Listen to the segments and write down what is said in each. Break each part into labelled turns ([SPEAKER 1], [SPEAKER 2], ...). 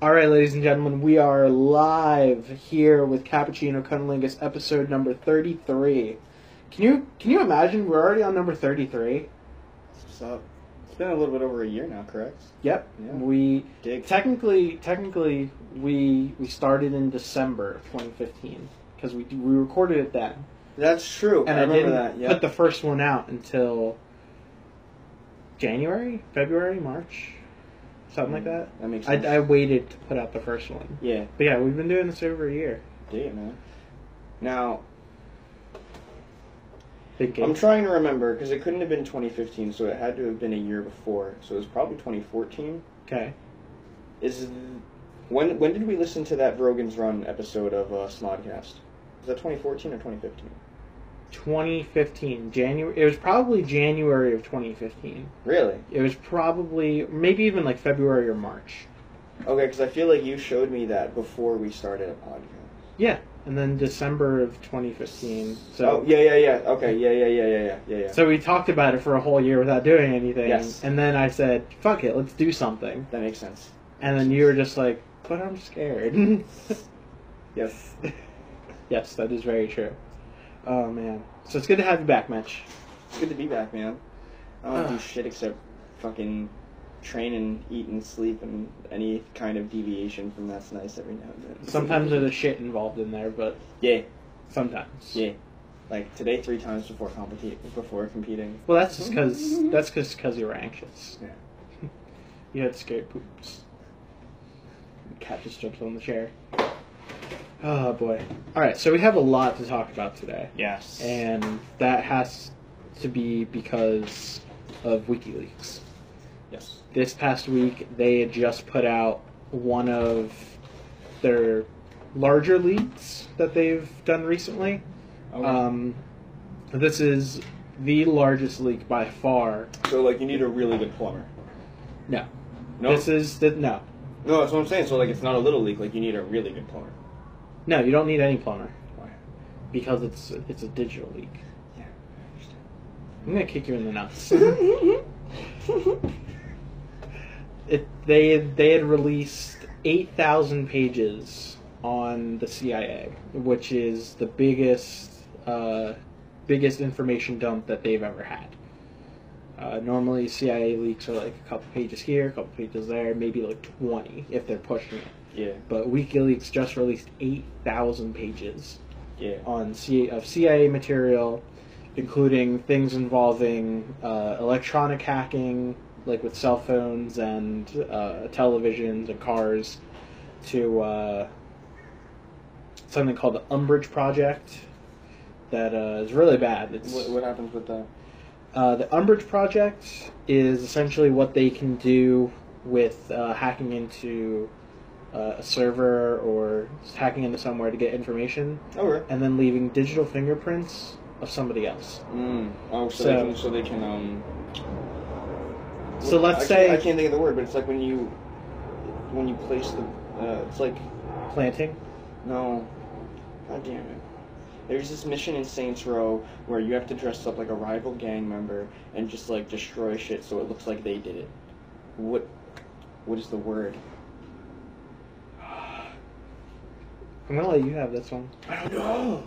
[SPEAKER 1] All right, ladies and gentlemen, we are live here with Cappuccino Cunnilingus, episode number thirty-three. Can you can you imagine? We're already on number thirty-three.
[SPEAKER 2] So it's been a little bit over a year now, correct?
[SPEAKER 1] Yep.
[SPEAKER 2] Yeah.
[SPEAKER 1] We
[SPEAKER 2] Dig.
[SPEAKER 1] technically technically we we started in December of twenty fifteen because we we recorded it then,
[SPEAKER 2] That's true.
[SPEAKER 1] and I,
[SPEAKER 2] I, remember
[SPEAKER 1] didn't
[SPEAKER 2] that. Yeah.
[SPEAKER 1] put the first one out until January, February, March, something like that.
[SPEAKER 2] Mm-hmm. That makes sense.
[SPEAKER 1] I, I waited to put out the first one.
[SPEAKER 2] yeah.
[SPEAKER 1] But yeah, we've been doing this over a year.
[SPEAKER 2] Dig it, man. Now
[SPEAKER 1] Big game.
[SPEAKER 2] I'm trying to remember because it couldn't have been 2015, so it had to have been a year before. So it was probably 2014.
[SPEAKER 1] okay.
[SPEAKER 2] Is th- when when did we listen to that Brogan's Run episode of uh, Smodcast? Was that 2014 or 2015?
[SPEAKER 1] 2015 January. It was probably January of 2015.
[SPEAKER 2] Really?
[SPEAKER 1] It was probably maybe even like February or March.
[SPEAKER 2] Okay, because I feel like you showed me that before we started a podcast.
[SPEAKER 1] Yeah, and then December of 2015. So
[SPEAKER 2] oh yeah, yeah, yeah. Okay, yeah, yeah, yeah, yeah, yeah, yeah, yeah.
[SPEAKER 1] So we talked about it for a whole year without doing anything.
[SPEAKER 2] Yes.
[SPEAKER 1] And then I said, "Fuck it, let's do something."
[SPEAKER 2] that makes sense.
[SPEAKER 1] And then you were just like, "But I'm scared."
[SPEAKER 2] Yes.
[SPEAKER 1] yes, that is very true. Oh man. So it's good to have you back, Mitch.
[SPEAKER 2] It's good to be back, man. I don't do
[SPEAKER 1] Ugh.
[SPEAKER 2] shit except fucking train and eat and sleep and any kind of deviation from that's nice every now and then.
[SPEAKER 1] Sometimes there's a shit involved in there, but
[SPEAKER 2] yeah,
[SPEAKER 1] sometimes.
[SPEAKER 2] yeah. Like today, three times before competi- before competing.
[SPEAKER 1] Well, that's just because that's just because you were anxious.
[SPEAKER 2] Mm-hmm. Yeah.
[SPEAKER 1] You had scared poops. Cat just jumps on the chair. Oh boy! All right, so we have a lot to talk about today,
[SPEAKER 2] Yes.
[SPEAKER 1] and that has to be because of WikiLeaks.
[SPEAKER 2] yes.
[SPEAKER 1] This past week, they had just put out one of their larger leaks that they've done recently.
[SPEAKER 2] Okay.
[SPEAKER 1] Um, this is the largest leak by far.
[SPEAKER 2] so like, you need a really good plumber.
[SPEAKER 1] No,
[SPEAKER 2] No.
[SPEAKER 1] this is the no,
[SPEAKER 2] no, that's what I'm saying. So like, it's not a little leak. Like, you need a really good plumber.
[SPEAKER 1] no. You don't need any plumber
[SPEAKER 2] Why?
[SPEAKER 1] because it's it's a digital leak.
[SPEAKER 2] Yeah.
[SPEAKER 1] I'm gonna kick you in the nuts.
[SPEAKER 2] I
[SPEAKER 1] it, they they had released eight thousand pages on the CIA, which is the biggest uh, biggest information dump that they've ever had. Uh, normally, CIA leaks are like a couple pages here, a couple pages there, maybe like twenty if they're pushing it.
[SPEAKER 2] yeah.
[SPEAKER 1] But WikiLeaks just released eight thousand pages
[SPEAKER 2] Yeah.
[SPEAKER 1] on C- of CIA material, including things involving uh, electronic hacking, like with cell phones and uh, televisions and cars, to uh, something called the Umbrage Project. That uh, is really bad. It's
[SPEAKER 2] What, what happens with that?
[SPEAKER 1] uh, the Umbrage Project is essentially what they can do with uh, hacking into uh, a server or hacking into somewhere to get information
[SPEAKER 2] Over.
[SPEAKER 1] and then leaving digital fingerprints of somebody else.
[SPEAKER 2] Mm. Oh,
[SPEAKER 1] So-
[SPEAKER 2] so, they can, so they can um.
[SPEAKER 1] So let's
[SPEAKER 2] I
[SPEAKER 1] say-
[SPEAKER 2] can't, I can't think of the word, but it's like when you when you place the uh, it's like
[SPEAKER 1] Planting.
[SPEAKER 2] no, god damn it. There's this mission in Saints Row where you have to dress up like a rival gang member and just like destroy shit so it looks like they did it. What what is the word?
[SPEAKER 1] I'm gonna let you have this one.
[SPEAKER 2] I don't know.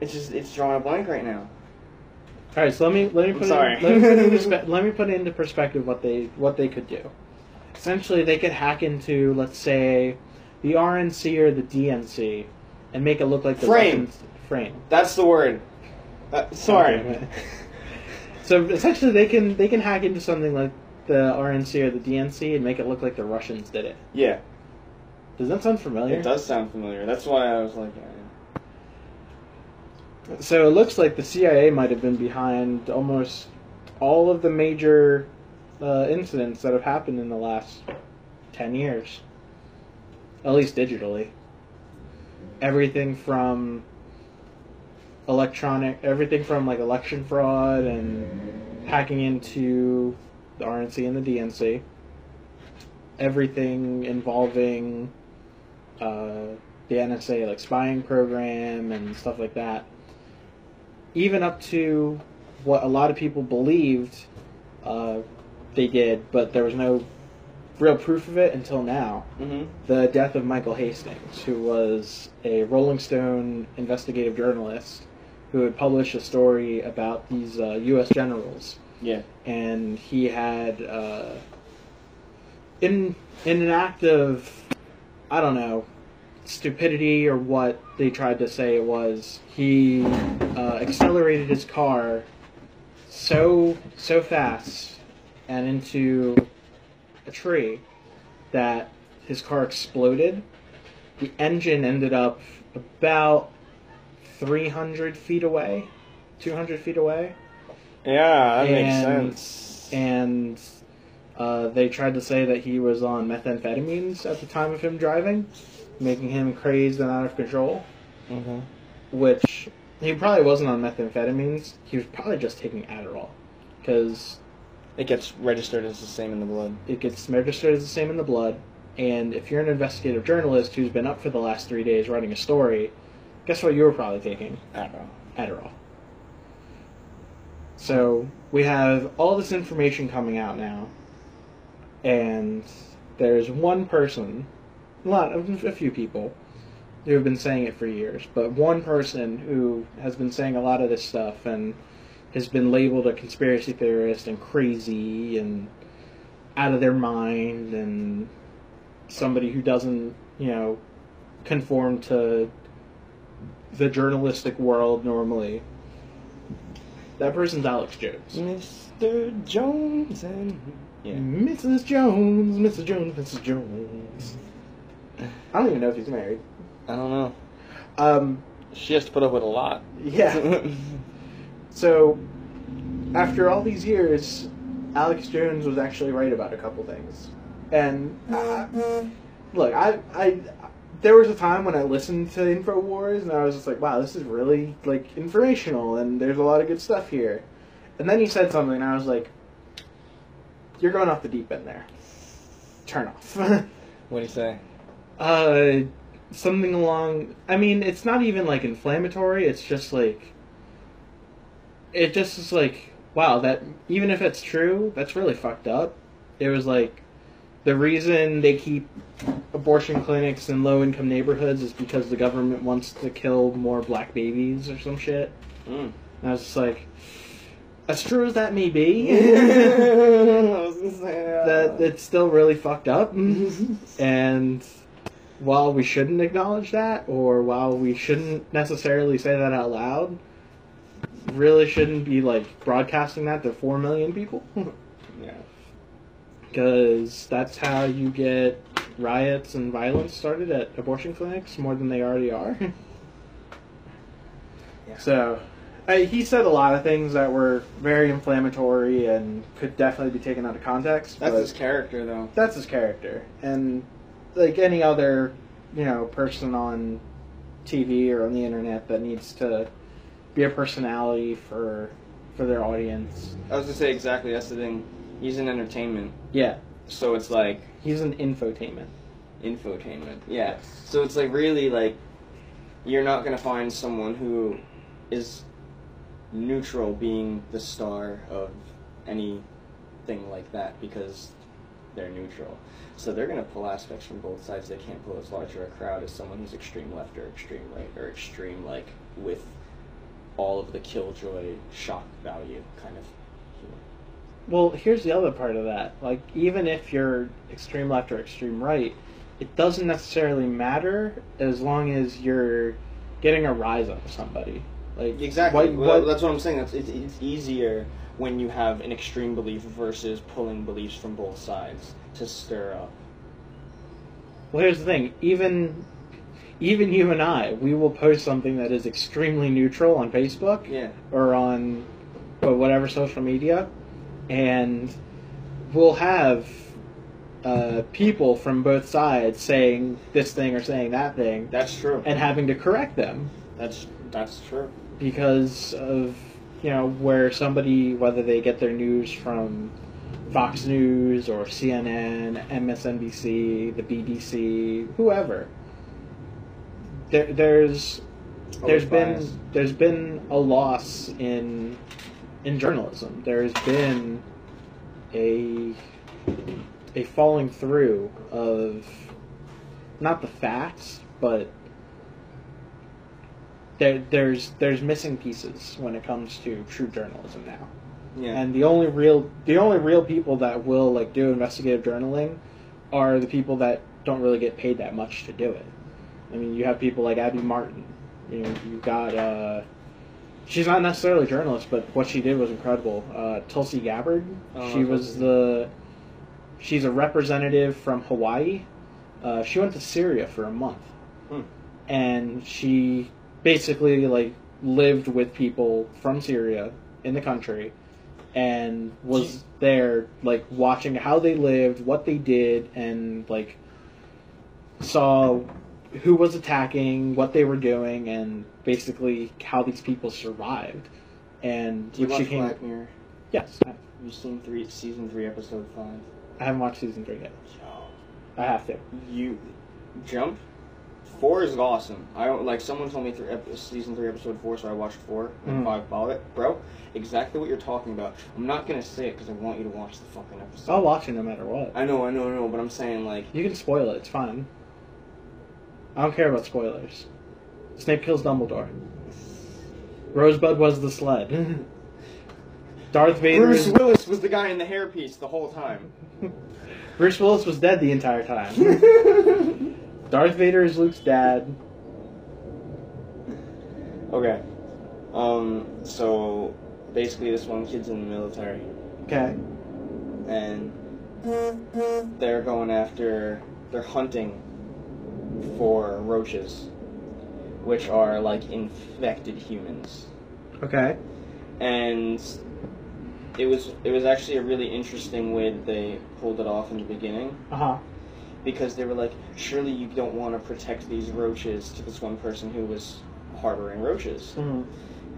[SPEAKER 2] It's just it's drawing a blank right now.
[SPEAKER 1] All right, so let me let me
[SPEAKER 2] I'm
[SPEAKER 1] put
[SPEAKER 2] sorry.
[SPEAKER 1] In, let, me put into perspe- let me put into perspective what they what they could do. Essentially, they could hack into let's say the RNC or the DNC and make it look like the
[SPEAKER 2] Frame.
[SPEAKER 1] Russians- frame.
[SPEAKER 2] That's the word. Uh, sorry.
[SPEAKER 1] Okay. So essentially, they can they can hack into something like the RNC or the DNC and make it look like the Russians did it.
[SPEAKER 2] yeah.
[SPEAKER 1] Does that sound familiar?
[SPEAKER 2] It does sound familiar. That's why I was like, yeah.
[SPEAKER 1] So it looks like the CIA might have been behind almost all of the major uh, incidents that have happened in the last 10 years, at least digitally. Everything from electronic, everything from like election fraud and hacking into the RNC and the DNC, everything involving uh, the NSA, like spying program and stuff like that even up to what a lot of people believed uh, they did, but there was no real proof of it until now.
[SPEAKER 2] Mm-hmm.
[SPEAKER 1] The death of Michael Hastings, who was a Rolling Stone investigative journalist who had published a story about these uh, U.S. generals
[SPEAKER 2] Yeah.
[SPEAKER 1] and he had uh, in in an act of I don't know stupidity or what they tried to say it was he uh, accelerated his car so so fast and into a tree that his car exploded the engine ended up about 300 feet away 200 feet away
[SPEAKER 2] Yeah, that
[SPEAKER 1] And-
[SPEAKER 2] makes sense.
[SPEAKER 1] and uh, they tried to say that he was on methamphetamines at the time of him driving, making him crazed and out of control.
[SPEAKER 2] mm-hmm.
[SPEAKER 1] Which he probably wasn't on methamphetamines. He was probably just taking Adderall, because
[SPEAKER 2] It gets registered as the same in the blood.
[SPEAKER 1] it gets registered as the same in the blood. And if you're an investigative journalist who's been up for the last three days writing a story, guess what you were probably taking?
[SPEAKER 2] I don't know.
[SPEAKER 1] Adderall. So we have all this information coming out now, and there's one person, a lot of a few people, who have been saying it for years, but one person who has been saying a lot of this stuff and has been labeled a conspiracy theorist and crazy and out of their mind and somebody who doesn't, you know, conform to the journalistic world normally. That person's Alex Jones.
[SPEAKER 2] Mr. Jones and yeah.
[SPEAKER 1] Mrs. Jones, Mrs. Jones, Mrs. Jones. I don't even know if he's married.
[SPEAKER 2] I don't know.
[SPEAKER 1] Um,
[SPEAKER 2] She has to put up with a lot.
[SPEAKER 1] yeah. so, after all these years, Alex Jones was actually right about a couple things. And uh,
[SPEAKER 2] Mm-hmm.
[SPEAKER 1] look, I, I, there was a time when I listened to Infowars and I was just like, wow, this is really like informational and there's a lot of good stuff here. And then he said something and I was like, you're going off the deep end there. Turn off.
[SPEAKER 2] what do you say?
[SPEAKER 1] uh, something along. I mean, it's not even like inflammatory. It's just like. It just is like wow that even if it's true that's really fucked up. It was like, the reason they keep abortion clinics in low income neighborhoods is because the government wants to kill more black babies or some shit.
[SPEAKER 2] Mm.
[SPEAKER 1] And I was just like, as true as that may be.
[SPEAKER 2] I was gonna say uh,
[SPEAKER 1] that it's still really fucked up.
[SPEAKER 2] Mm-hmm.
[SPEAKER 1] and while we shouldn't acknowledge that, or while we shouldn't necessarily say that out loud, really shouldn't be like broadcasting that to four million people,
[SPEAKER 2] Yeah.
[SPEAKER 1] because that's how you get riots and violence started at abortion clinics more than they already are.
[SPEAKER 2] Yeah.
[SPEAKER 1] So. Uh, he said a lot of things that were very inflammatory and could definitely be taken out of context.
[SPEAKER 2] That's
[SPEAKER 1] but-
[SPEAKER 2] his character though.
[SPEAKER 1] that's his character and like any other you know person on tv or on the internet that needs to be a personality for for their audience
[SPEAKER 2] I was gonna say exactly that's the thing. He's in entertainment,
[SPEAKER 1] yeah
[SPEAKER 2] so it's like
[SPEAKER 1] he's an infotainment
[SPEAKER 2] infotainment. Yeah. So it's like really like you're not gonna find someone who is neutral being the star of anything like that because they're neutral. So they're gonna pull aspects from both sides. They can't pull as large of a crowd as someone who's extreme left or extreme right or extreme like with all of the killjoy shock value kind of humor.
[SPEAKER 1] well here's the other part of that like even if you're extreme left or extreme right it doesn't necessarily matter as long as you're getting a rise out of somebody like
[SPEAKER 2] Exactly.
[SPEAKER 1] what-
[SPEAKER 2] Well,
[SPEAKER 1] what-
[SPEAKER 2] that's what I'm saying. That's, it's, it's easier when you have an extreme belief versus pulling beliefs from both sides to stir up.
[SPEAKER 1] Well, here's the thing. Even even you and I, we will post something that is extremely neutral on Facebook
[SPEAKER 2] Yeah.
[SPEAKER 1] or on well, whatever social media, and we'll have uh, people from both sides saying this thing or saying that thing,
[SPEAKER 2] That's true.
[SPEAKER 1] and having to correct them
[SPEAKER 2] That's that's true.
[SPEAKER 1] because of you know where somebody whether they get their news from Fox News or CNN, MSNBC, the BBC, whoever. There, there's there's
[SPEAKER 2] Always
[SPEAKER 1] been
[SPEAKER 2] biased.
[SPEAKER 1] there's been a loss in in journalism. There's been a a falling through of not the facts, but there there's there's missing pieces when it comes to true journalism now.
[SPEAKER 2] Yeah.
[SPEAKER 1] And the only real the only real people that will like do investigative journaling are the people that don't really get paid that much to do it. I mean, you have people like Abby Martin. You know, you've got uh, she's not necessarily a journalist, but what she did was incredible. Uh, Tulsi Gabbard.
[SPEAKER 2] Oh,
[SPEAKER 1] she was
[SPEAKER 2] Tulsi.
[SPEAKER 1] the she's a representative from Hawaii. Uh, she went to Syria for a month,
[SPEAKER 2] Hmm.
[SPEAKER 1] and she basically like lived with people from Syria in the country and was there like watching how they lived, what they did, and like saw who was attacking, what they were doing, and basically how these people survived. And
[SPEAKER 2] Do you
[SPEAKER 1] which she
[SPEAKER 2] watch
[SPEAKER 1] came,
[SPEAKER 2] Black Mirror?
[SPEAKER 1] yes,
[SPEAKER 2] You've seen three season three, episode five.
[SPEAKER 1] I haven't watched season three yet.
[SPEAKER 2] Yo,
[SPEAKER 1] I have to.
[SPEAKER 2] you jump. Four is awesome. I don't like. Someone told me through ep- season three, episode four, so I watched four and
[SPEAKER 1] Mhm.
[SPEAKER 2] five. About it, bro. Exactly what you're talking about. I'm not gonna say it because I want you to watch the fucking episode.
[SPEAKER 1] I'll watch it no matter what.
[SPEAKER 2] I know, I know, I know, but I'm saying like,
[SPEAKER 1] You can spoil it. It's fine. I don't care about spoilers. Snape kills Dumbledore. Rosebud was the sled. Darth Vader.
[SPEAKER 2] Bruce
[SPEAKER 1] is-
[SPEAKER 2] Willis was the guy in the hairpiece the whole time.
[SPEAKER 1] Bruce Willis was dead the entire time. Darth Vader is Luke's dad.
[SPEAKER 2] okay. Um. So basically, this one kid's in the military,
[SPEAKER 1] Okay.
[SPEAKER 2] and they're going after, they're hunting for roaches, which are like infected humans.
[SPEAKER 1] Okay.
[SPEAKER 2] and it was it was actually a really interesting way that they pulled it off in the beginning
[SPEAKER 1] Uh huh.
[SPEAKER 2] because they were like, surely you don't want to protect these roaches to this one person who was harboring roaches,
[SPEAKER 1] hmm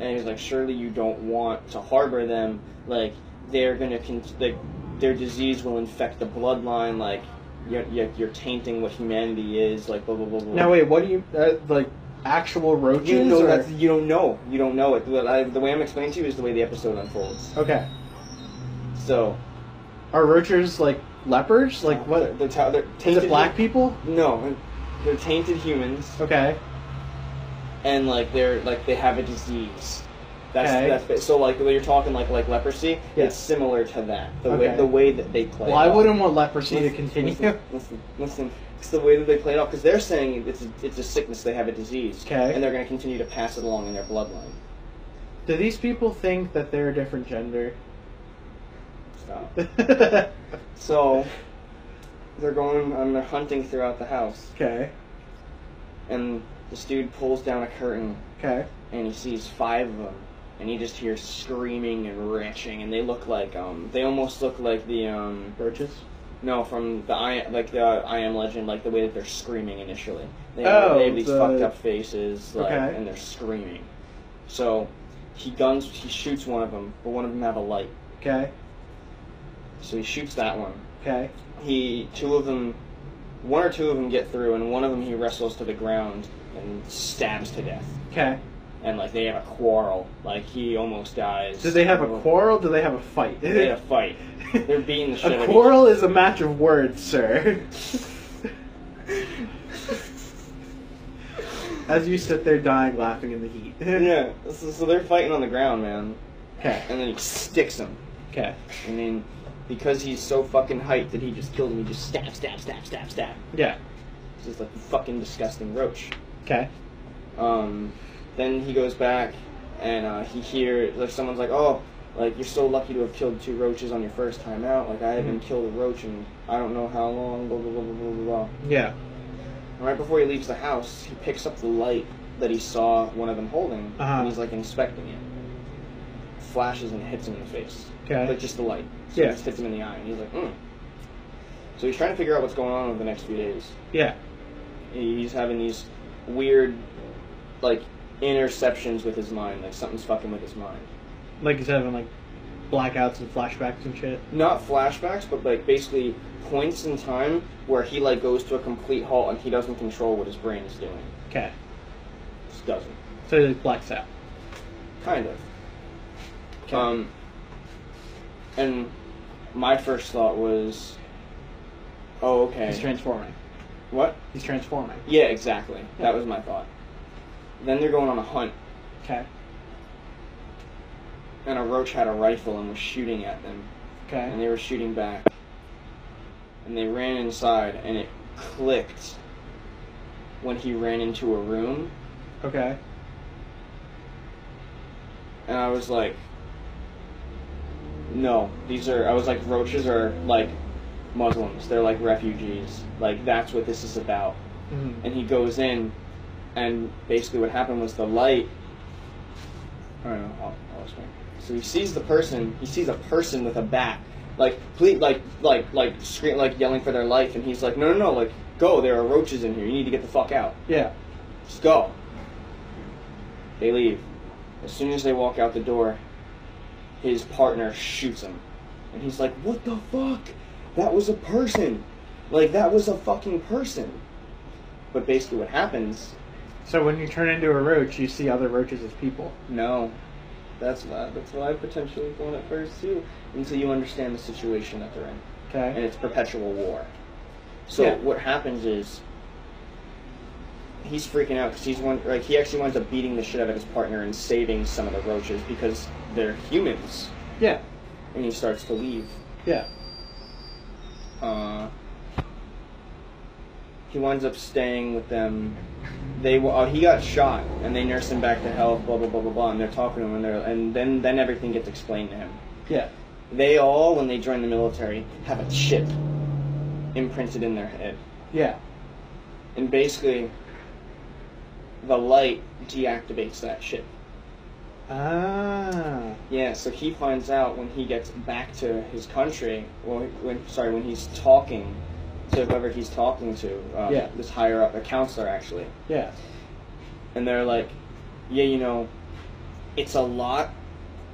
[SPEAKER 2] and he was like, surely you don't want to harbor them, like they're gonna con- like their disease will infect the bloodline, like. You're, you're, you're tainting what humanity is, like blah blah blah blah.
[SPEAKER 1] Now wait, what do you uh, like? Actual roaches?
[SPEAKER 2] you
[SPEAKER 1] or-
[SPEAKER 2] know that's, you don't know you don't know it. The- I- the way I'm explaining to you is the way the episode unfolds.
[SPEAKER 1] Okay.
[SPEAKER 2] So
[SPEAKER 1] Are roaches like leopards? Like
[SPEAKER 2] They're,
[SPEAKER 1] what?
[SPEAKER 2] they're, ta- they're
[SPEAKER 1] Is
[SPEAKER 2] tainted
[SPEAKER 1] it black people?
[SPEAKER 2] No, they're tainted humans,
[SPEAKER 1] Okay.
[SPEAKER 2] and like they're like they have a disease. That's
[SPEAKER 1] Okay.
[SPEAKER 2] that's ba- so like when you're talking like like leprosy,
[SPEAKER 1] Yeah.
[SPEAKER 2] it's similar to that. The
[SPEAKER 1] Okay.
[SPEAKER 2] way the way that they play.
[SPEAKER 1] Well, I
[SPEAKER 2] it off.
[SPEAKER 1] wouldn't want leprosy to
[SPEAKER 2] Listen,
[SPEAKER 1] continue.
[SPEAKER 2] Listen, listen, listen. It's the way that they play it off because they're saying it's a, it's a sickness. They have a disease,
[SPEAKER 1] Okay.
[SPEAKER 2] and they're going to continue to pass it along in their bloodline.
[SPEAKER 1] Do these people think that they're a different gender?
[SPEAKER 2] Stop.
[SPEAKER 1] okay.
[SPEAKER 2] So they're going and they're hunting throughout the house, and this dude pulls down a curtain
[SPEAKER 1] Okay.
[SPEAKER 2] and he sees five of them, and he just hears screaming and retching, and they look like um, they almost look like the um,
[SPEAKER 1] Roaches.
[SPEAKER 2] no, from the I like the I Am Legend, like the way that they're screaming initially. They,
[SPEAKER 1] Oh,
[SPEAKER 2] they have these
[SPEAKER 1] the-
[SPEAKER 2] fucked up faces, like,
[SPEAKER 1] Okay.
[SPEAKER 2] and they're screaming. So he guns, he shoots one of them, but one of them have a light,
[SPEAKER 1] Okay.
[SPEAKER 2] so he shoots that one.
[SPEAKER 1] Okay.
[SPEAKER 2] He two of them, one or two of them get through, and one of them he wrestles to the ground and stabs to death.
[SPEAKER 1] Okay.
[SPEAKER 2] and like they have a quarrel. Like he almost dies.
[SPEAKER 1] Do they have a quarrel? Do they have a fight?
[SPEAKER 2] They had a fight. They're beating the shit
[SPEAKER 1] A
[SPEAKER 2] out of
[SPEAKER 1] quarrel is a match of words, sir. As you sit there dying, laughing in the heat.
[SPEAKER 2] Yeah. So, so they're fighting on the ground, man.
[SPEAKER 1] Okay.
[SPEAKER 2] And then he sticks him.
[SPEAKER 1] Okay.
[SPEAKER 2] And then because he's so fucking hyped that he just killed him, he just stab, stab, stab, stab, stab.
[SPEAKER 1] Yeah.
[SPEAKER 2] It's just like a fucking disgusting roach.
[SPEAKER 1] Okay.
[SPEAKER 2] Um, then he goes back and uh, he hears like someone's like, "Oh, like you're so lucky to have killed two roaches on your first time out. Like I haven't killed a roach in I don't know how long." Blah blah blah blah blah blah. blah.
[SPEAKER 1] Yeah.
[SPEAKER 2] And right before he leaves the house, he picks up the light that he saw one of them holding,
[SPEAKER 1] Uh-huh.
[SPEAKER 2] and he's like inspecting it. Flashes and hits him in the face,
[SPEAKER 1] Okay.
[SPEAKER 2] like just the light. So
[SPEAKER 1] Yeah.
[SPEAKER 2] it just hits him in the eye, and he's like, mm. So he's trying to figure out what's going on over the next few days.
[SPEAKER 1] Yeah.
[SPEAKER 2] He's having these weird, like, interceptions with his mind, like something's fucking with his mind.
[SPEAKER 1] Like he's having like blackouts and flashbacks and shit.
[SPEAKER 2] Not flashbacks, but like basically points in time where he like goes to a complete halt and he doesn't control what his brain is doing.
[SPEAKER 1] Okay.
[SPEAKER 2] Just doesn't.
[SPEAKER 1] So he like, blacks out.
[SPEAKER 2] Kind of.
[SPEAKER 1] 'Kay.
[SPEAKER 2] Um, and my first thought was, Oh, okay.
[SPEAKER 1] He's transforming.
[SPEAKER 2] what?
[SPEAKER 1] He's transforming.
[SPEAKER 2] Yeah, exactly. That was my thought. Then they're going on a hunt,
[SPEAKER 1] Okay.
[SPEAKER 2] and a roach had a rifle and was shooting at them, and
[SPEAKER 1] Okay.
[SPEAKER 2] they were shooting back. And they ran inside, and it clicked when he ran into a room,
[SPEAKER 1] Okay.
[SPEAKER 2] and I was like, no, these are. I was like, roaches are like Muslims. They're like refugees. Like that's what this is about.
[SPEAKER 1] Mhm.
[SPEAKER 2] and he goes in, and basically what happened was the light. I don't know. I'll, I'll explain. So he sees the person. He sees a person with a bat, like please, like like like scream, like yelling for their life, and he's like, no, no, no, like go. There are roaches in here. You need to get the fuck out.
[SPEAKER 1] Yeah.
[SPEAKER 2] Just go. They leave. As soon as they walk out the door, his partner shoots him. And he's like, What the fuck? That was a person. Like, that was a fucking person. But basically, what happens.
[SPEAKER 1] So when you turn into a roach, you see other roaches as people.
[SPEAKER 2] No. That's why, that's why I potentially thought at first, too. Until you understand the situation that they're in. and
[SPEAKER 1] Okay.
[SPEAKER 2] it's perpetual war. So
[SPEAKER 1] Yeah.
[SPEAKER 2] what happens is he's freaking out because he's one like he actually winds up beating the shit out of his partner and saving some of the roaches because they're humans,
[SPEAKER 1] Yeah.
[SPEAKER 2] and he starts to leave.
[SPEAKER 1] Yeah.
[SPEAKER 2] Uh, he winds up staying with them. They wa- uh, he got shot and they nurse him back to health. Blah blah blah blah blah. And they're talking to him and they're and then then everything gets explained to him.
[SPEAKER 1] Yeah.
[SPEAKER 2] They all when they join the military have a chip imprinted in their head.
[SPEAKER 1] Yeah.
[SPEAKER 2] and basically the light deactivates that ship.
[SPEAKER 1] Ah.
[SPEAKER 2] Yeah, so he finds out when he gets back to his country, well, when sorry, when he's talking to whoever he's talking to, uh,
[SPEAKER 1] Yeah.
[SPEAKER 2] this higher up, a counselor actually,
[SPEAKER 1] Yeah.
[SPEAKER 2] and they're like, yeah, you know, it's a lot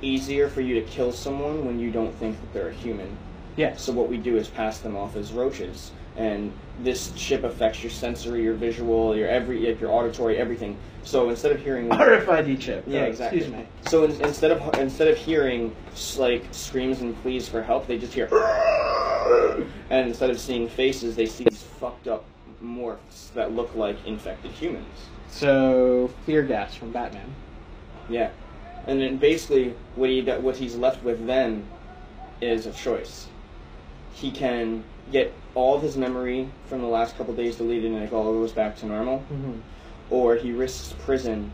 [SPEAKER 2] easier for you to kill someone when you don't think that they're a human.
[SPEAKER 1] Yes.
[SPEAKER 2] So what we do is pass them off as roaches, and this chip affects your sensory, your visual, your every, your auditory, everything. So instead of hearing,
[SPEAKER 1] RFID chip.
[SPEAKER 2] yeah,
[SPEAKER 1] Oh,
[SPEAKER 2] exactly.
[SPEAKER 1] Excuse me.
[SPEAKER 2] So in, instead of instead of hearing s- like screams and pleas for help, they just hear, and instead of seeing faces, they see these fucked up morphs that look like infected humans.
[SPEAKER 1] So fear gas from Batman.
[SPEAKER 2] Yeah, and then basically what he what he's left with then is a choice. He can get all of his memory from the last couple days deleted, and it all goes back to normal,
[SPEAKER 1] Mm-hmm.
[SPEAKER 2] or he risks prison.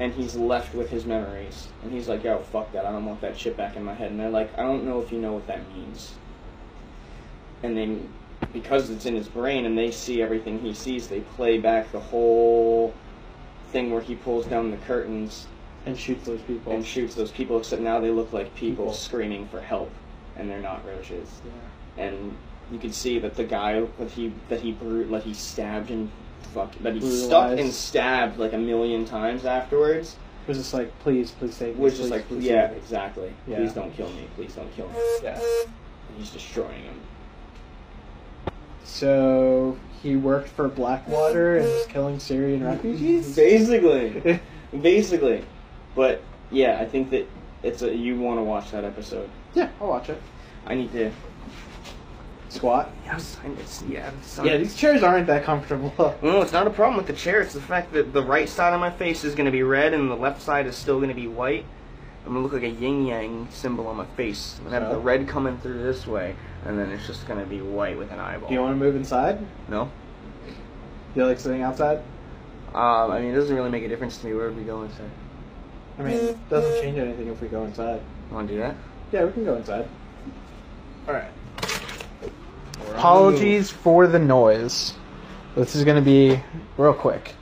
[SPEAKER 2] And he's left with his memories, and he's like, "Yo, fuck that! I don't want that shit back in my head." And they're like, "I don't know if you know what that means." And then, because it's in his brain, and they see everything he sees, they play back the whole thing where he pulls down the curtains
[SPEAKER 1] And shoots those people.
[SPEAKER 2] and shoots those people, except now they look like people
[SPEAKER 1] People.
[SPEAKER 2] screaming for help, and they're not roaches.
[SPEAKER 1] yeah.
[SPEAKER 2] And you can see that the guy that he that he brute that he stabbed and fuck that he stuck
[SPEAKER 1] Brutalized.
[SPEAKER 2] and stabbed like a million times afterwards
[SPEAKER 1] Was just like, please, please save me.
[SPEAKER 2] was
[SPEAKER 1] please,
[SPEAKER 2] just like,
[SPEAKER 1] please
[SPEAKER 2] yeah,
[SPEAKER 1] save me."
[SPEAKER 2] exactly.
[SPEAKER 1] Yeah.
[SPEAKER 2] Please don't kill me. Please don't kill me.
[SPEAKER 1] Yeah.
[SPEAKER 2] And he's destroying him.
[SPEAKER 1] So he worked for Blackwater and was killing Syrian refugees.
[SPEAKER 2] Basically,
[SPEAKER 1] yeah.
[SPEAKER 2] basically, but yeah, I think that it's a you want to watch that episode.
[SPEAKER 1] I'll watch it.
[SPEAKER 2] I need to.
[SPEAKER 1] Squat.
[SPEAKER 2] Yeah, it's, yeah, it's
[SPEAKER 1] Yeah, these chairs aren't that comfortable.
[SPEAKER 2] No, it's not a problem with the chair. It's the fact that the right side of my face is going to be red and the left side is still going to be white. I'm going to look like a yin yang symbol on my face. I'm going to have the
[SPEAKER 1] Oh.
[SPEAKER 2] red coming through this way, and then it's just going to be white with an eyeball.
[SPEAKER 1] Do you want to move inside?
[SPEAKER 2] no?
[SPEAKER 1] Do you like sitting outside?
[SPEAKER 2] Um, I mean, it doesn't really make a difference to me. Where would we go inside?
[SPEAKER 1] I mean, it doesn't change anything if we go inside.
[SPEAKER 2] You want to do that?
[SPEAKER 1] Yeah, we can go inside.
[SPEAKER 2] Alright.
[SPEAKER 1] Apologies for the noise. This is going to be real quick.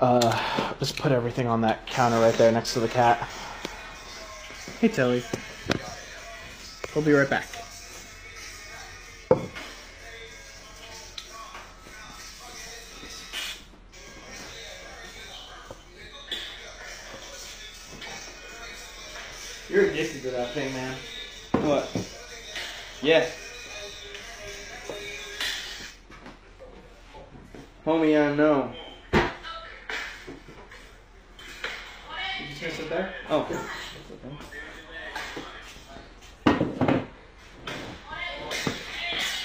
[SPEAKER 1] Uh, just put everything on that counter right there next to the cat. Hey, Tilly. We'll be right back.
[SPEAKER 2] You're addicted to that thing, man. What? Yeah. Homie, I know.
[SPEAKER 1] You just gonna sit there?
[SPEAKER 2] Oh.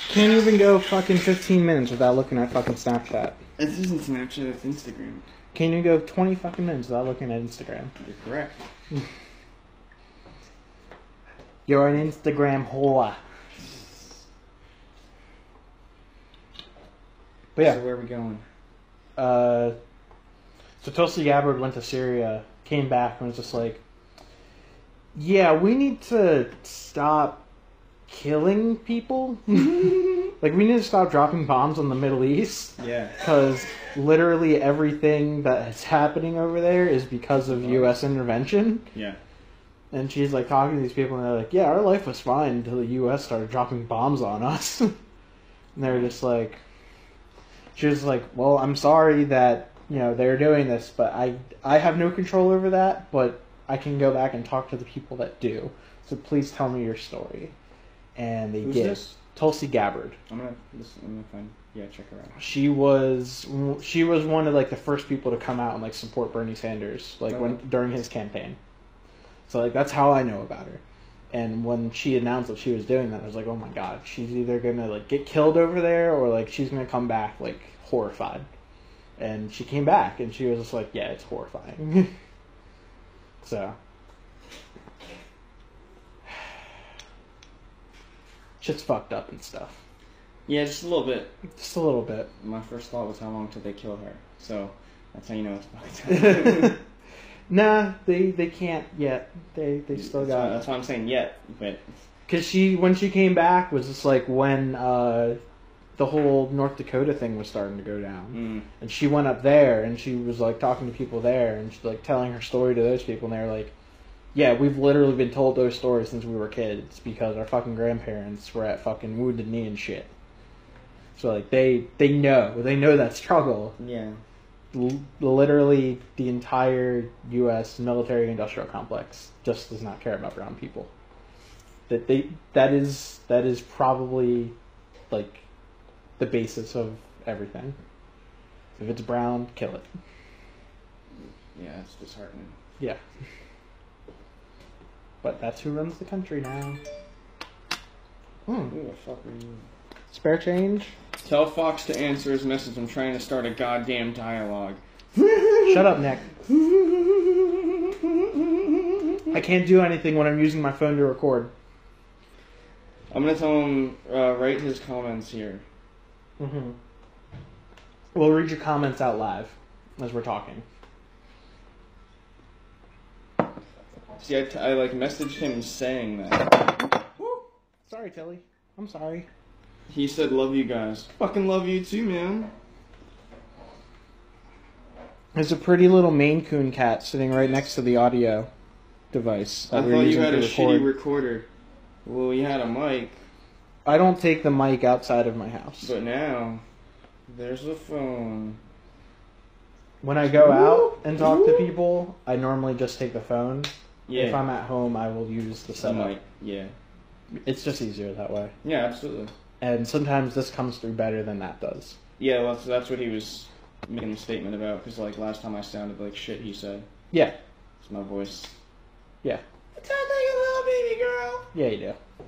[SPEAKER 1] Can't even go fucking 15 minutes without looking at fucking Snapchat.
[SPEAKER 2] This isn't Snapchat, it's Instagram.
[SPEAKER 1] Can't even go 20 fucking minutes without looking at Instagram.
[SPEAKER 2] You're correct.
[SPEAKER 1] You're an Instagram whore. But yeah,
[SPEAKER 2] So where are we going?
[SPEAKER 1] uh, so Tulsi Gabbard went to Syria, came back, and was just like, "Yeah, we need to stop killing people. like, we need to stop dropping bombs on the Middle East
[SPEAKER 2] Yeah.
[SPEAKER 1] because literally everything that is happening over there is because of U.S. intervention."
[SPEAKER 2] Yeah.
[SPEAKER 1] And she's like talking to these people, and they're like, "Yeah, our life was fine until the U.S. started dropping bombs on us." and they were just like, she was like, "Well, I'm sorry that you know they're doing this, but I I have no control over that, but I can go back and talk to the people that do. So please tell me your story." And they
[SPEAKER 2] Who's
[SPEAKER 1] did.
[SPEAKER 2] this?
[SPEAKER 1] Tulsi Gabbard.
[SPEAKER 2] I'm gonna listen. I'm gonna find. Yeah, check her out.
[SPEAKER 1] She was she was one of like the first people to come out and like support Bernie Sanders like when
[SPEAKER 2] Oh.
[SPEAKER 1] during his campaign. So like that's how I know about her. And when she announced that she was doing that, I was like, "Oh my god, she's either gonna like get killed over there, or like she's gonna come back like horrified." And she came back, and she was just like, "Yeah, it's horrifying." so, shit's fucked up and stuff.
[SPEAKER 2] Yeah, just a little bit.
[SPEAKER 1] Just a little bit.
[SPEAKER 2] My first thought was how long till they kill her. So that's how you know it's fucked up.
[SPEAKER 1] nah, they they can't yet. They they still
[SPEAKER 2] that's Why,
[SPEAKER 1] got
[SPEAKER 2] that's why I'm saying yet, but
[SPEAKER 1] because she when she came back was just like when uh, the whole North Dakota thing was starting to go down,
[SPEAKER 2] mm,
[SPEAKER 1] and she went up there and she was like talking to people there and she's like telling her story to those people, and they were like, "Yeah, we've literally been told those stories since we were kids because our fucking grandparents were at fucking Wounded Knee and shit." So like they they know they know that struggle.
[SPEAKER 2] yeah,
[SPEAKER 1] l- literally the entire U.S. military industrial complex just does not care about brown people. That they that is that is probably like the basis of everything. If it's brown, kill it.
[SPEAKER 2] yeah, it's disheartening.
[SPEAKER 1] Yeah. But that's who runs the country now. Hmm.
[SPEAKER 2] Who the fuck are you?
[SPEAKER 1] Spare change.
[SPEAKER 2] Tell Fox to answer his message. I'm trying to start a goddamn dialogue.
[SPEAKER 1] Shut up, Nick. I can't do anything when I'm using my phone to record.
[SPEAKER 2] I'm gonna tell him uh, write his comments here.
[SPEAKER 1] Mm-hmm. We'll read your comments out live as we're talking.
[SPEAKER 2] See, I, t- I like messaged him saying that.
[SPEAKER 1] Sorry, Tilly. I'm sorry.
[SPEAKER 2] He said, "Love you guys." Fucking love you too, man.
[SPEAKER 1] There's a pretty little Maine Coon cat sitting right next to the audio device.
[SPEAKER 2] I
[SPEAKER 1] that we're
[SPEAKER 2] thought you
[SPEAKER 1] using
[SPEAKER 2] had
[SPEAKER 1] to
[SPEAKER 2] a
[SPEAKER 1] record.
[SPEAKER 2] shitty recorder. Well, you had a mic,
[SPEAKER 1] I don't take the mic outside of my house.
[SPEAKER 2] but now there's a phone.
[SPEAKER 1] when I go out and talk to people, I normally just take the phone. If
[SPEAKER 2] Yeah,
[SPEAKER 1] I'm at home, I will use the
[SPEAKER 2] a
[SPEAKER 1] setup.
[SPEAKER 2] mic. Yeah,
[SPEAKER 1] It's just easier that way.
[SPEAKER 2] yeah, absolutely.
[SPEAKER 1] And sometimes this comes through better than that does.
[SPEAKER 2] Yeah, well, that's that's what he was making the statement about. Because like last time I sounded like shit. He said,
[SPEAKER 1] Yeah.
[SPEAKER 2] "It's my voice."
[SPEAKER 1] Yeah.
[SPEAKER 2] It's not like a little baby girl.
[SPEAKER 1] Yeah, you do.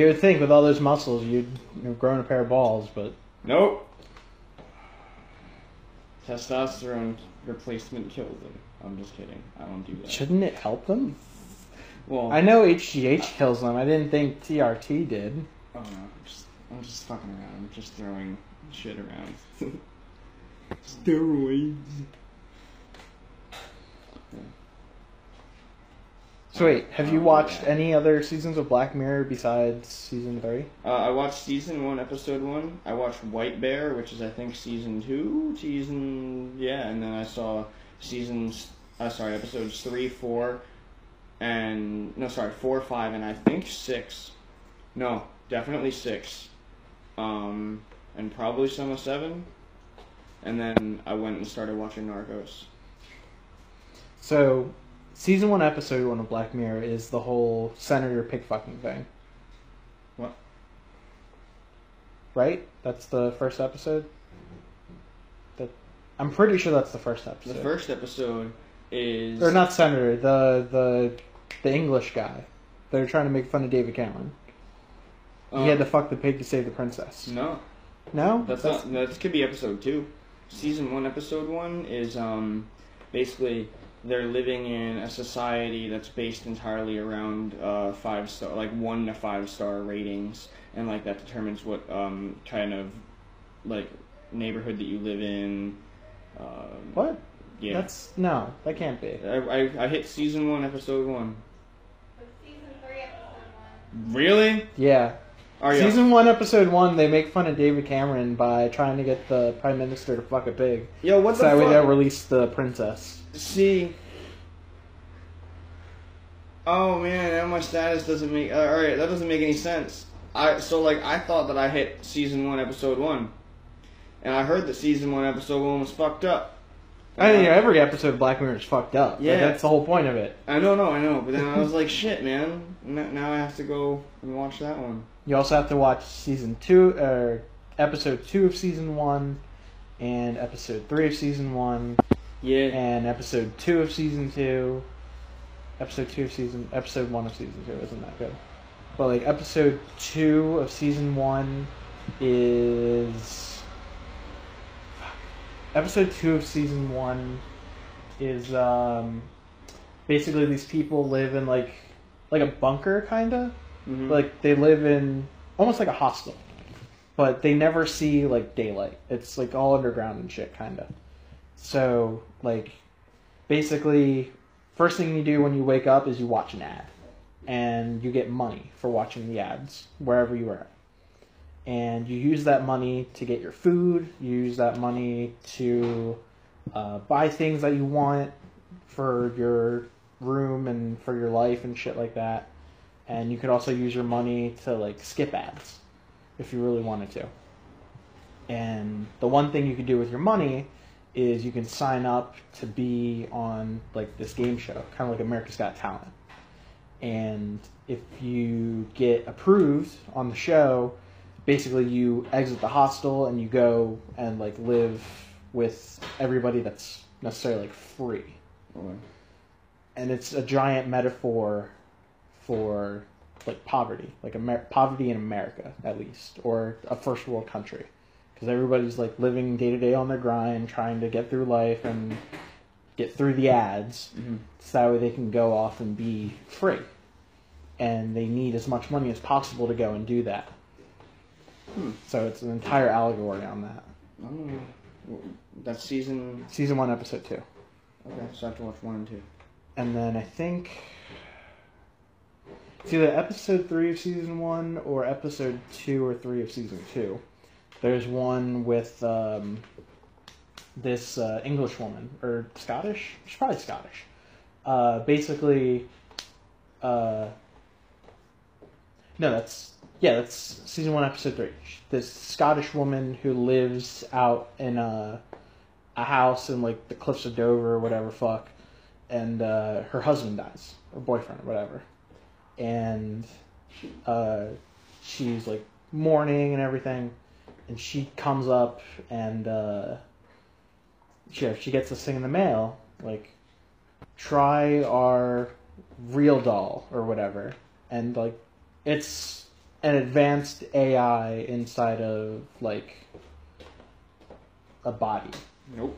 [SPEAKER 1] You would think with all those muscles, you'd have grown a pair of balls, but
[SPEAKER 2] Nope. Testosterone replacement killed them. I'm just kidding. I don't do that.
[SPEAKER 1] shouldn't it help them?
[SPEAKER 2] Well,
[SPEAKER 1] I know HGH kills them. I didn't think TRT did.
[SPEAKER 2] I don't know. I'm just, I'm just fucking around. I'm just throwing shit around. Steroids.
[SPEAKER 1] So wait, have you
[SPEAKER 2] Oh,
[SPEAKER 1] watched any other seasons of Black Mirror besides season three?
[SPEAKER 2] Uh, I watched season one, episode one. I watched White Bear, which is I think season two, season yeah, and then I saw seasons. Uh, sorry, episodes three, four, and no, sorry, four, five, and I think six. No, definitely six. Um, and probably some of seven. And then I went and started watching Narcos.
[SPEAKER 1] So, season one, episode one of Black Mirror is the whole Senator Pig fucking thing.
[SPEAKER 2] What? Right?
[SPEAKER 1] Right? That's the first episode. That I'm pretty sure that's the first
[SPEAKER 2] The
[SPEAKER 1] episode.
[SPEAKER 2] first episode is
[SPEAKER 1] or not Senator, the the the English guy. They're trying to make fun of David Cameron. he had to fuck the pig to save the princess.
[SPEAKER 2] um, No,
[SPEAKER 1] No,
[SPEAKER 2] that's, not. That could be episode two. Season one, episode one is um, basically they're living in a society that's based entirely around uh, five star, like one to five star ratings, and like that determines what um, kind of like neighborhood that you live in. Um,
[SPEAKER 1] what?
[SPEAKER 2] Yeah.
[SPEAKER 1] That's no, that can't be.
[SPEAKER 2] I, I, I hit season one, episode one.
[SPEAKER 3] Season 3, episode 1.
[SPEAKER 2] Really?
[SPEAKER 1] Yeah,
[SPEAKER 2] Are you?
[SPEAKER 1] season one, episode one, they make fun of David Cameron by trying to get the prime minister to fuck a pig.
[SPEAKER 2] Yo, what
[SPEAKER 1] so that
[SPEAKER 2] the
[SPEAKER 1] way they'll
[SPEAKER 2] fuck?
[SPEAKER 1] release the princess.
[SPEAKER 2] See. Oh man, now my status doesn't make. Uh, all right, that doesn't make any sense. I so like I thought that I hit season one, episode one, and I heard that season one, episode one was fucked up.
[SPEAKER 1] I mean, you know, every episode of Black Mirror is fucked up. Like,
[SPEAKER 2] Yeah.
[SPEAKER 1] that's the whole point of it.
[SPEAKER 2] I know, no, I know, but then I was like, shit, man. N- Now I have to go and watch that one.
[SPEAKER 1] You also have to watch season two, or episode two of season one, and episode three of season one,
[SPEAKER 2] Yeah.
[SPEAKER 1] and episode two of season two, episode two of season, episode one of season two. Isn't that good? But like episode two of season one is fuck. episode two of season one is um basically these people live in like like a bunker kind of
[SPEAKER 2] Mhm.
[SPEAKER 1] like they live in almost like a hostel but they never see like daylight it's like all underground and shit kind of so like basically first thing you do when you wake up is you watch an ad and you get money for watching the ads wherever you are and you use that money to get your food you use that money to uh, buy things that you want for your room and for your life and shit like that and you could also use your money to like skip ads if you really wanted to. And the one thing you could do with your money is you can sign up to be on like this game show, kind of like America's Got Talent. And if you get approved on the show, basically you exit the hostel and you go and like live with everybody that's necessarily like free
[SPEAKER 2] Okay.
[SPEAKER 1] and it's a giant metaphor for like poverty, like Amer- poverty in America at least, or a first world country, because everybody's like living day to day on their grind, trying to get through life and get through the ads,
[SPEAKER 2] Mhm.
[SPEAKER 1] so that way they can go off and be free, and they need as much money as possible to go and do that.
[SPEAKER 2] Hmm.
[SPEAKER 1] So it's an entire allegory on that.
[SPEAKER 2] I don't know. That's season.
[SPEAKER 1] Season one, episode two.
[SPEAKER 2] Okay, so I have to watch one and two.
[SPEAKER 1] And then I think it's either episode three of season one or episode two or three of season two. There's one with um, this uh, English woman or Scottish. She's probably Scottish. Uh, basically, uh, no, that's yeah, that's season one, episode three. This Scottish woman who lives out in a a house in like the cliffs of Dover or whatever fuck, and uh, her husband dies, or boyfriend, or whatever. And uh, she's like mourning and everything, and she comes up and uh, she, she gets this thing in the mail like, try our real doll or whatever. And like, it's an advanced AI inside of like a body.
[SPEAKER 2] Nope.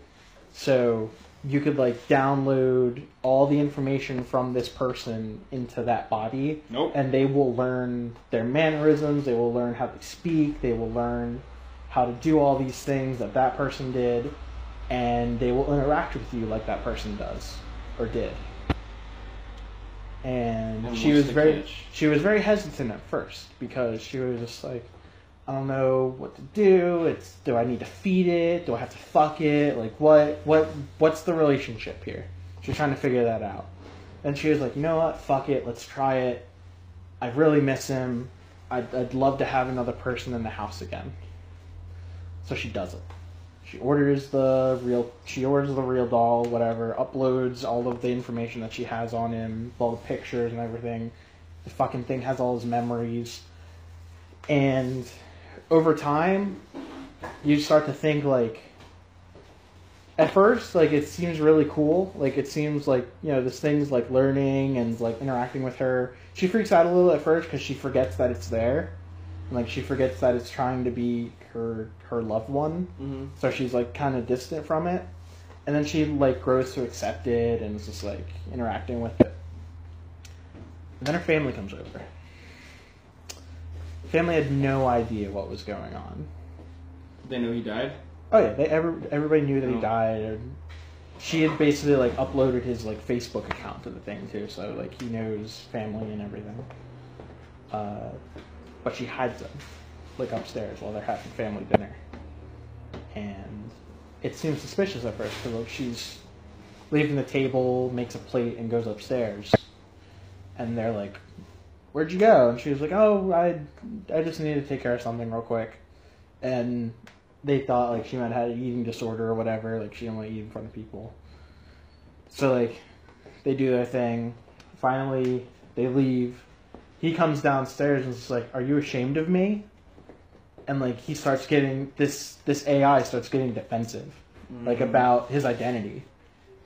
[SPEAKER 1] So you could like download all the information from this person into that body,
[SPEAKER 2] Nope.
[SPEAKER 1] and they will learn their mannerisms. They will learn how they speak. They will learn how to do all these things that that person did, and they will interact with you like that person does or did. And
[SPEAKER 2] And
[SPEAKER 1] she
[SPEAKER 2] what's
[SPEAKER 1] was
[SPEAKER 2] the
[SPEAKER 1] very
[SPEAKER 2] catch?
[SPEAKER 1] she was very hesitant at first because she was just like, I don't know what to do. It's do I need to feed it? Do I have to fuck it? Like what what what's the relationship here? She's trying to figure that out. And she was like, you know what? Fuck it. Let's try it. I really miss him. I'd, I'd love to have another person in the house again. So she does it. She orders the real. She orders the real doll, whatever. Uploads all of the information that she has on him, all the pictures and everything. The fucking thing has all his memories, and over time, you start to think like. At first, like it seems really cool. Like it seems like you know this thing's like learning and like interacting with her. She freaks out a little at first because she forgets that it's there Like she forgets that it's trying to be her her loved one,
[SPEAKER 2] Mm-hmm.
[SPEAKER 1] so she's like kind of distant from it, and then she like grows to accept it and is just like interacting with it. And then her family comes over. Family had no idea what was going on.
[SPEAKER 2] They know he died.
[SPEAKER 1] Oh yeah, they, every, everybody knew that he
[SPEAKER 2] Oh.
[SPEAKER 1] died. And she had basically like uploaded his like Facebook account to the thing too, so like he knows family and everything. Uh, but she hides them, like upstairs while they're having family dinner, and it seems suspicious at first because like she's leaving the table, makes a plate, and goes upstairs, and they're like, "Where'd you go?" And she was like, "Oh, I I just needed to take care of something real quick," and they thought like she might have had an eating disorder or whatever, like she didn't want to eat in front of people. So like they do their thing. Finally they leave. He comes downstairs and is like, Are you ashamed of me? And like he starts getting this this AI starts getting defensive. Like
[SPEAKER 2] Mm-hmm.
[SPEAKER 1] about his identity.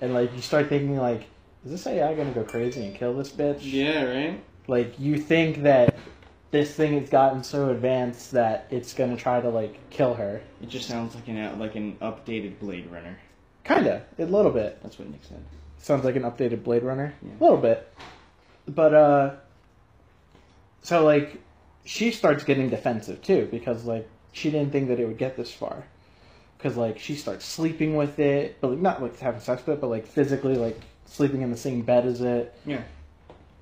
[SPEAKER 1] And like you start thinking like, is this AI gonna go crazy and kill this bitch?
[SPEAKER 2] Yeah, right.
[SPEAKER 1] like you think that this thing has gotten so advanced that it's gonna try to like kill her.
[SPEAKER 2] It just sounds like an out- like an updated Blade Runner.
[SPEAKER 1] Kinda, a little bit.
[SPEAKER 2] That's what Nick said.
[SPEAKER 1] Sounds like an updated Blade Runner.
[SPEAKER 2] Yeah.
[SPEAKER 1] A little bit. But uh so like she starts getting defensive too because like she didn't think that it would get this far. Cuz like she starts sleeping with it, but like, not like having sex with it, but like physically like sleeping in the same bed as it.
[SPEAKER 2] Yeah.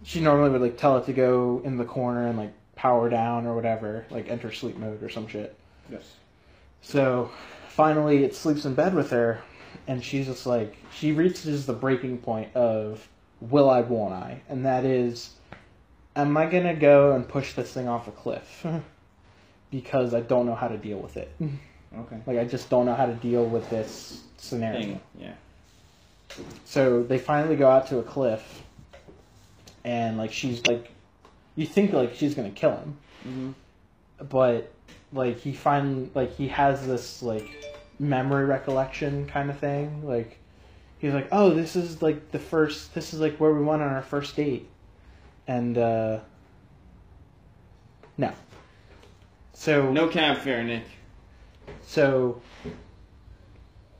[SPEAKER 1] She normally would like tell it to go in the corner and like power down or whatever, like enter sleep mode or some shit.
[SPEAKER 2] Yes.
[SPEAKER 1] So finally, it sleeps in bed with her, and she's just like, she reaches the breaking point of, will I, won't I? And that is, am I going to go and push this thing off a cliff? because I don't know how to deal with it.
[SPEAKER 2] Okay.
[SPEAKER 1] Like, I just don't know how to deal with this scenario.
[SPEAKER 2] Thing. Yeah.
[SPEAKER 1] So they finally go out to a cliff, and like, she's like, you think like she's going to kill him.
[SPEAKER 2] Mm-hmm.
[SPEAKER 1] but like he find like he has this like memory recollection kind of thing like he's like oh this is like the first this is like where we went on our first date and uh no so
[SPEAKER 2] No cab fare, Nick.
[SPEAKER 1] so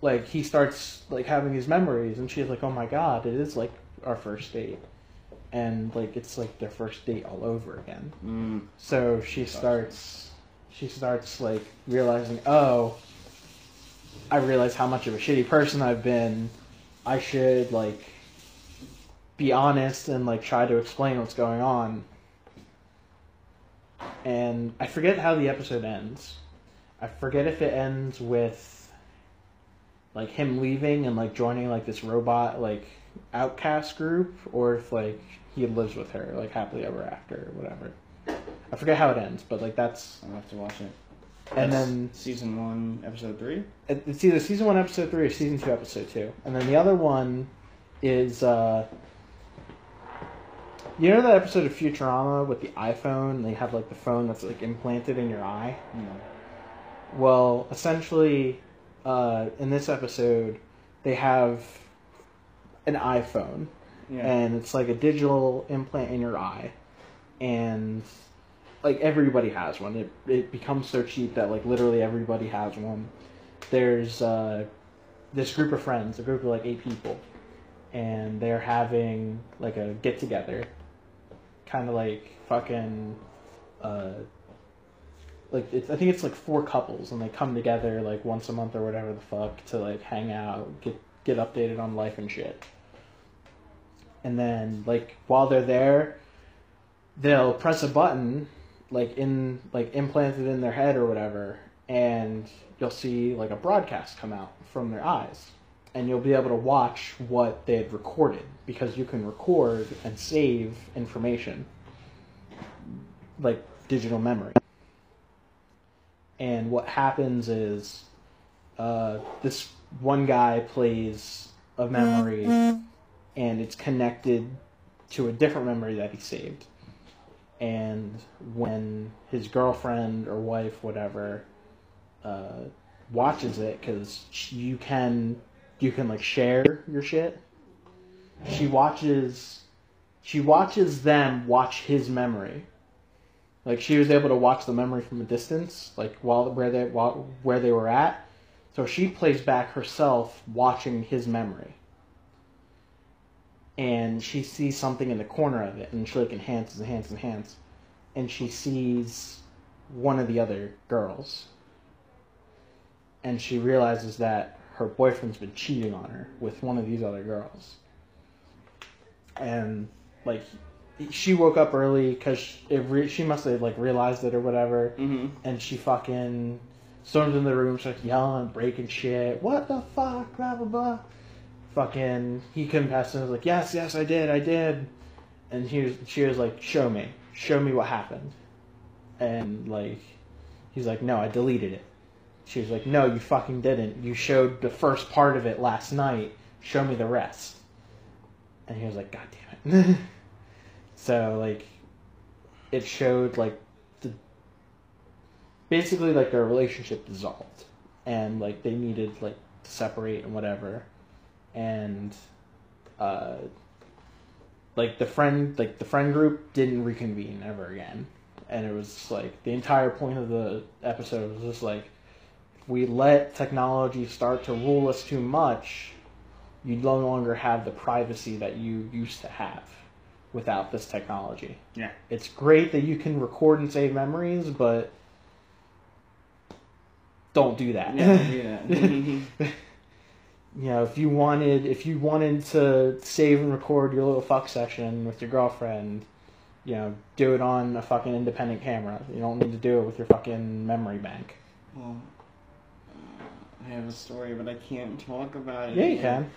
[SPEAKER 1] like he starts like having his memories and she's like oh my god it is like our first date and like it's like their first date all over again
[SPEAKER 2] Mm.
[SPEAKER 1] so she starts, she starts like realizing, oh, I realize how much of a shitty person I've been. I should like be honest and like try to explain what's going on. And I forget how the episode ends. I forget if it ends with like him leaving and like joining like this robot like outcast group or if like he lives with her like happily ever after or whatever. I forget how it ends, but like that's
[SPEAKER 2] I'll have to watch it.
[SPEAKER 1] and
[SPEAKER 2] That's
[SPEAKER 1] then
[SPEAKER 2] season one, episode three.
[SPEAKER 1] it- it's either season one episode three or season two episode two, and then the other one is uh, you know that episode of Futurama with the iPhone, and they have like the phone that's like implanted in your eye.
[SPEAKER 2] No.
[SPEAKER 1] Well, essentially, uh, in this episode, they have an iPhone,
[SPEAKER 2] Yeah.
[SPEAKER 1] and it's like a digital implant in your eye and like everybody has one it, it becomes so cheap that like literally everybody has one there's uh, this group of friends a group of like eight people and they're having like a get together kind of like fucking uh, like it's, i think it's like four couples and they come together like once a month or whatever the fuck to like hang out get get updated on life and shit and then like while they're there they'll press a button like in like implanted in their head or whatever and you'll see like a broadcast come out from their eyes and you'll be able to watch what they had recorded because you can record and save information like digital memory and what happens is uh, this one guy plays a memory and it's connected to a different memory that he saved. And when his girlfriend or wife, whatever, uh, watches it, because you can you can like share your shit. She watches she watches them watch his memory, Like she was able to watch the memory from a distance, like while where they while, where they were at. So she plays back herself watching his memory. And she sees something in the corner of it, and she like enhances, enhances, enhances, and she sees one of the other girls. And she realizes that her boyfriend's been cheating on her with one of these other girls. And like she woke up early because it re- she must have like realized it or whatever,
[SPEAKER 2] Mm-hmm.
[SPEAKER 1] and she fucking storms in the room, starts yelling, breaking shit. What the fuck? Blah blah blah. Fucking, he couldn't pass it. and was like, yes, yes, I did, I did. And he was, she was like, show me, show me what happened. And like, he's like, no, I deleted it. She was like, no, you fucking didn't. You showed the first part of it last night. Show me the rest. And he was like, god damn it. So like, it showed like the basically like their relationship dissolved, and like they needed like to separate and whatever, and uh, like the friend like the friend group didn't reconvene ever again, and it was just, like the entire point of the episode was just like we let technology start to rule us too much, you no longer have the privacy that you used to have without this technology.
[SPEAKER 2] Yeah.
[SPEAKER 1] It's great that you can record and save memories, but don't do that.
[SPEAKER 2] Mm-hmm.
[SPEAKER 1] you know, if you wanted if you wanted to save and record your little fuck session with your girlfriend, you know, do it on a fucking independent camera. You don't need to do it with your fucking memory bank.
[SPEAKER 2] Well, uh, I have a story, but I can't talk about it.
[SPEAKER 1] Yeah, you can.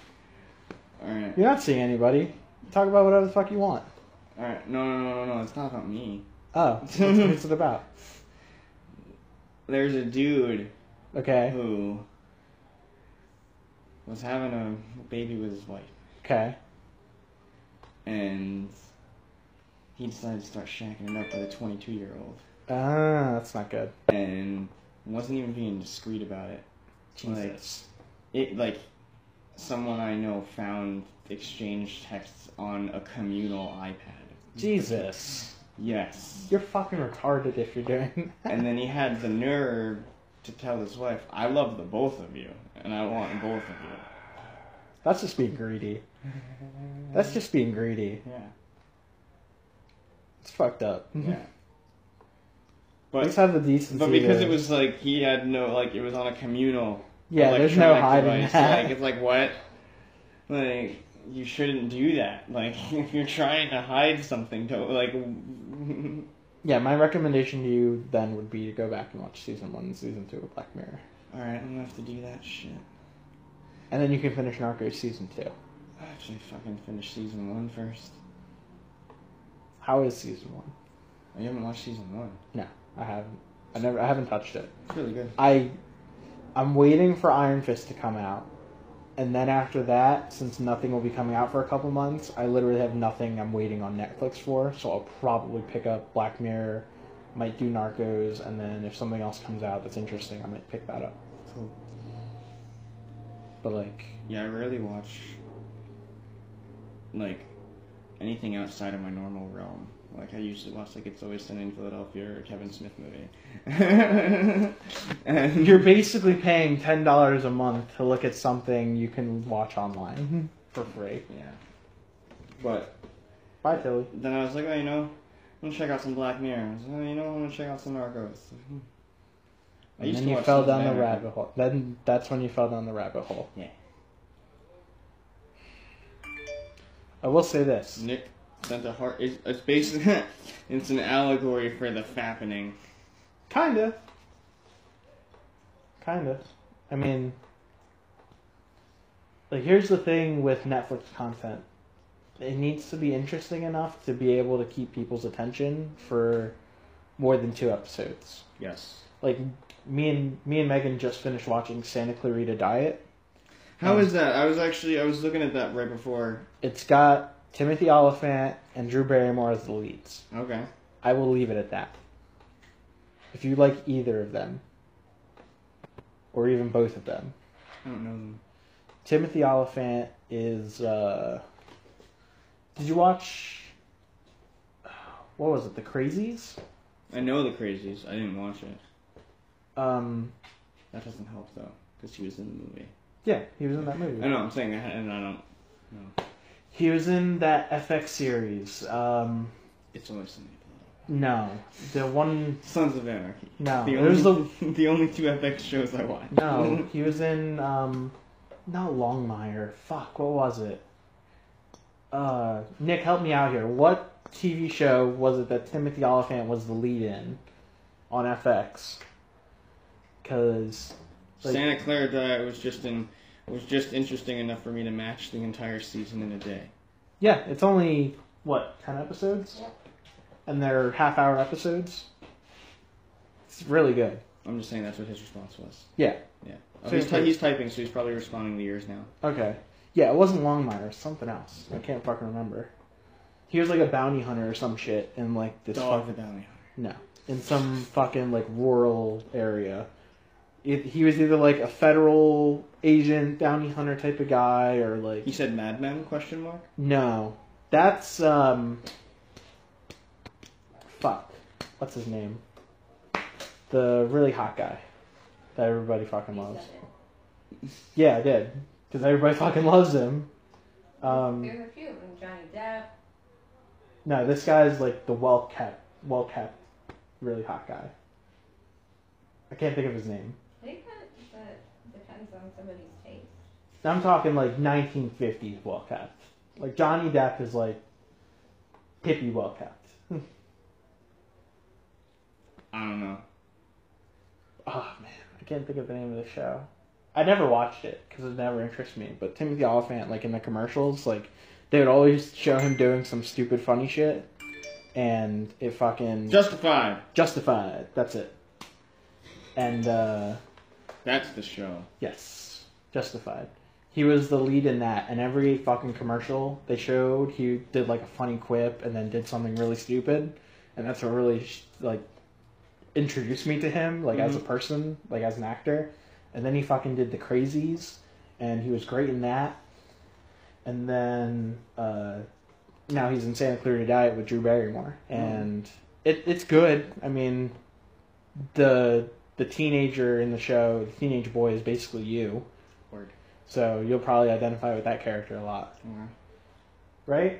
[SPEAKER 2] All right.
[SPEAKER 1] You're not seeing anybody. Talk about whatever the fuck you want.
[SPEAKER 2] All right. No, no, no, no, no. It's not about me.
[SPEAKER 1] Oh, what's, what's it about?
[SPEAKER 2] There's a dude
[SPEAKER 1] Okay,
[SPEAKER 2] who was having a baby with his wife,
[SPEAKER 1] okay.
[SPEAKER 2] and he decided to start shacking it up with a 22-year-old,
[SPEAKER 1] Ah, that's not good.
[SPEAKER 2] and wasn't even being discreet about it.
[SPEAKER 1] Jesus.
[SPEAKER 2] It like someone I know found exchange texts on a communal iPad.
[SPEAKER 1] Jesus.
[SPEAKER 2] Yes.
[SPEAKER 1] You're fucking retarded if you're doing that.
[SPEAKER 2] And then he had the nerve to tell his wife, "I love the both of you, and I want both of you."
[SPEAKER 1] That's just being greedy. That's just being greedy.
[SPEAKER 2] yeah,
[SPEAKER 1] It's fucked up.
[SPEAKER 2] yeah.
[SPEAKER 1] Let's
[SPEAKER 2] But
[SPEAKER 1] have the decency.
[SPEAKER 2] but because
[SPEAKER 1] to-
[SPEAKER 2] it was like he had no like it was on a communal
[SPEAKER 1] yeah, there's no
[SPEAKER 2] electronic
[SPEAKER 1] hiding
[SPEAKER 2] device,
[SPEAKER 1] that.
[SPEAKER 2] Like it's like what, like you shouldn't do that. Like if you're trying to hide something, don't like.
[SPEAKER 1] yeah, my recommendation to you then would be to go back and watch season one and season two of Black Mirror,
[SPEAKER 2] All right, I'm gonna have to do that shit.
[SPEAKER 1] and then you can finish Narcos season two.
[SPEAKER 2] I actually fucking finish season one first.
[SPEAKER 1] How is season one?
[SPEAKER 2] I Oh, haven't watched season one.
[SPEAKER 1] I haven't. I never. I haven't touched it.
[SPEAKER 2] It's really good.
[SPEAKER 1] I I'm waiting for Iron Fist to come out. And then after that, since nothing will be coming out for a couple months, I literally have nothing I'm waiting on Netflix for, so I'll probably pick up Black Mirror, might do Narcos, and then if something else comes out that's interesting, I might pick that up.
[SPEAKER 2] Cool.
[SPEAKER 1] But like
[SPEAKER 2] Yeah, I rarely watch like anything outside of my normal realm. Like I usually watch like It's Always Sunny in Philadelphia or a Kevin Smith movie. and
[SPEAKER 1] you're basically paying ten dollars a month to look at something you can watch online for free.
[SPEAKER 2] yeah. But
[SPEAKER 1] Bye Tilly.
[SPEAKER 2] then I was like, oh, you know, I'm gonna check out some Black Mirror. I was like, oh, you know, I'm gonna check out some Narcos. Hmm. I
[SPEAKER 1] And
[SPEAKER 2] used
[SPEAKER 1] then
[SPEAKER 2] to
[SPEAKER 1] you
[SPEAKER 2] watch
[SPEAKER 1] fell
[SPEAKER 2] those
[SPEAKER 1] down the
[SPEAKER 2] back-
[SPEAKER 1] rabbit hole. Then that's when you fell down the rabbit hole.
[SPEAKER 2] Yeah.
[SPEAKER 1] I will say this.
[SPEAKER 2] Nick sent a heart. It's, it's basically it's an allegory for the fappening.
[SPEAKER 1] Kinda. Kinda. I mean, like, here's the thing with Netflix content it needs to be interesting enough to be able to keep people's attention for more than two episodes.
[SPEAKER 2] Yes.
[SPEAKER 1] Like, me and me and Megan just finished watching Santa Clarita Diet.
[SPEAKER 2] How
[SPEAKER 1] Um,
[SPEAKER 2] is that? I was actually I was looking at that right before.
[SPEAKER 1] It's got Timothy Oliphant and Drew Barrymore as the leads.
[SPEAKER 2] Okay.
[SPEAKER 1] I will leave it at that. If you like either of them, or even both of them,
[SPEAKER 2] I don't know them.
[SPEAKER 1] Timothy Oliphant is. Uh, did you watch? What was it? The Crazies.
[SPEAKER 2] I know the crazies. I didn't watch it.
[SPEAKER 1] Um,
[SPEAKER 2] That doesn't help though, because he was in the movie.
[SPEAKER 1] yeah, he was in that
[SPEAKER 2] I
[SPEAKER 1] movie.
[SPEAKER 2] know. I'm saying that, and I don't.
[SPEAKER 1] He was in that FX series. Um,
[SPEAKER 2] It's always something. to
[SPEAKER 1] no, the one.
[SPEAKER 2] do. Sons of Anarchy.
[SPEAKER 1] No,
[SPEAKER 2] The
[SPEAKER 1] it was Oh, the
[SPEAKER 2] only, the... only two FX shows I watched.
[SPEAKER 1] No, he was in um, not Longmire. Fuck, what was it? Uh, Nick, help me out here. What TV show was it that Timothy Oliphant was the lead in on FX? Because like-
[SPEAKER 2] Santa Clara Diet was just in was just interesting enough for me to match the entire season in a day.
[SPEAKER 1] yeah, it's only what ten episodes, and they're half-hour episodes. It's really good.
[SPEAKER 2] I'm just saying that's what his response was.
[SPEAKER 1] Yeah.
[SPEAKER 2] Yeah.
[SPEAKER 1] So
[SPEAKER 2] Oh, he's,
[SPEAKER 1] he's
[SPEAKER 2] ty-
[SPEAKER 1] pretty-
[SPEAKER 2] he's typing, so he's probably responding to yours now.
[SPEAKER 1] Okay. Yeah, it wasn't Longmire. Something else. I can't fucking remember. He was like a bounty hunter or some shit, and like this fucking.
[SPEAKER 2] the bounty
[SPEAKER 1] No. In some fucking like rural area. It, he was either like a federal agent, bounty hunter type of guy, or like
[SPEAKER 2] He said Mad Men? Question mark.
[SPEAKER 1] no. That's um. Fuck. What's his name? The really hot guy that everybody fucking
[SPEAKER 3] You
[SPEAKER 1] loves.
[SPEAKER 3] said it.
[SPEAKER 1] Yeah, I did. Because everybody fucking loves him. Um,
[SPEAKER 3] There's a few of them. Johnny Depp.
[SPEAKER 1] no, this guy's like the well kept, well kept, really hot guy. I can't think of his name.
[SPEAKER 3] I think that, that depends on somebody's taste.
[SPEAKER 1] I'm talking like 1950s well kept. Like Johnny Depp is like hippie well kept.
[SPEAKER 2] I don't know.
[SPEAKER 1] oh man, I can't think of the name of the show. I never watched it because it never interested me. But Timothy Oliphant, like in the commercials, like they would always show him doing some stupid funny shit, and it fucking
[SPEAKER 2] Justified.
[SPEAKER 1] justified. That's it. And uh,
[SPEAKER 2] That's the show.
[SPEAKER 1] yes, justified. He was the lead in that, and every fucking commercial they showed, he did like a funny quip and then did something really stupid, and that's what really sh- like introduced me to him, like as a
[SPEAKER 2] Mhm.
[SPEAKER 1] person, like as an actor. And then he fucking did the crazies, and he was great in that. And then uh, now he's in Santa Clarita Diet with Drew Barrymore, and it, it's good. I mean, the the teenager in the show, the teenage boy, is basically you.
[SPEAKER 2] Word.
[SPEAKER 1] So you'll probably identify with that character a lot, right?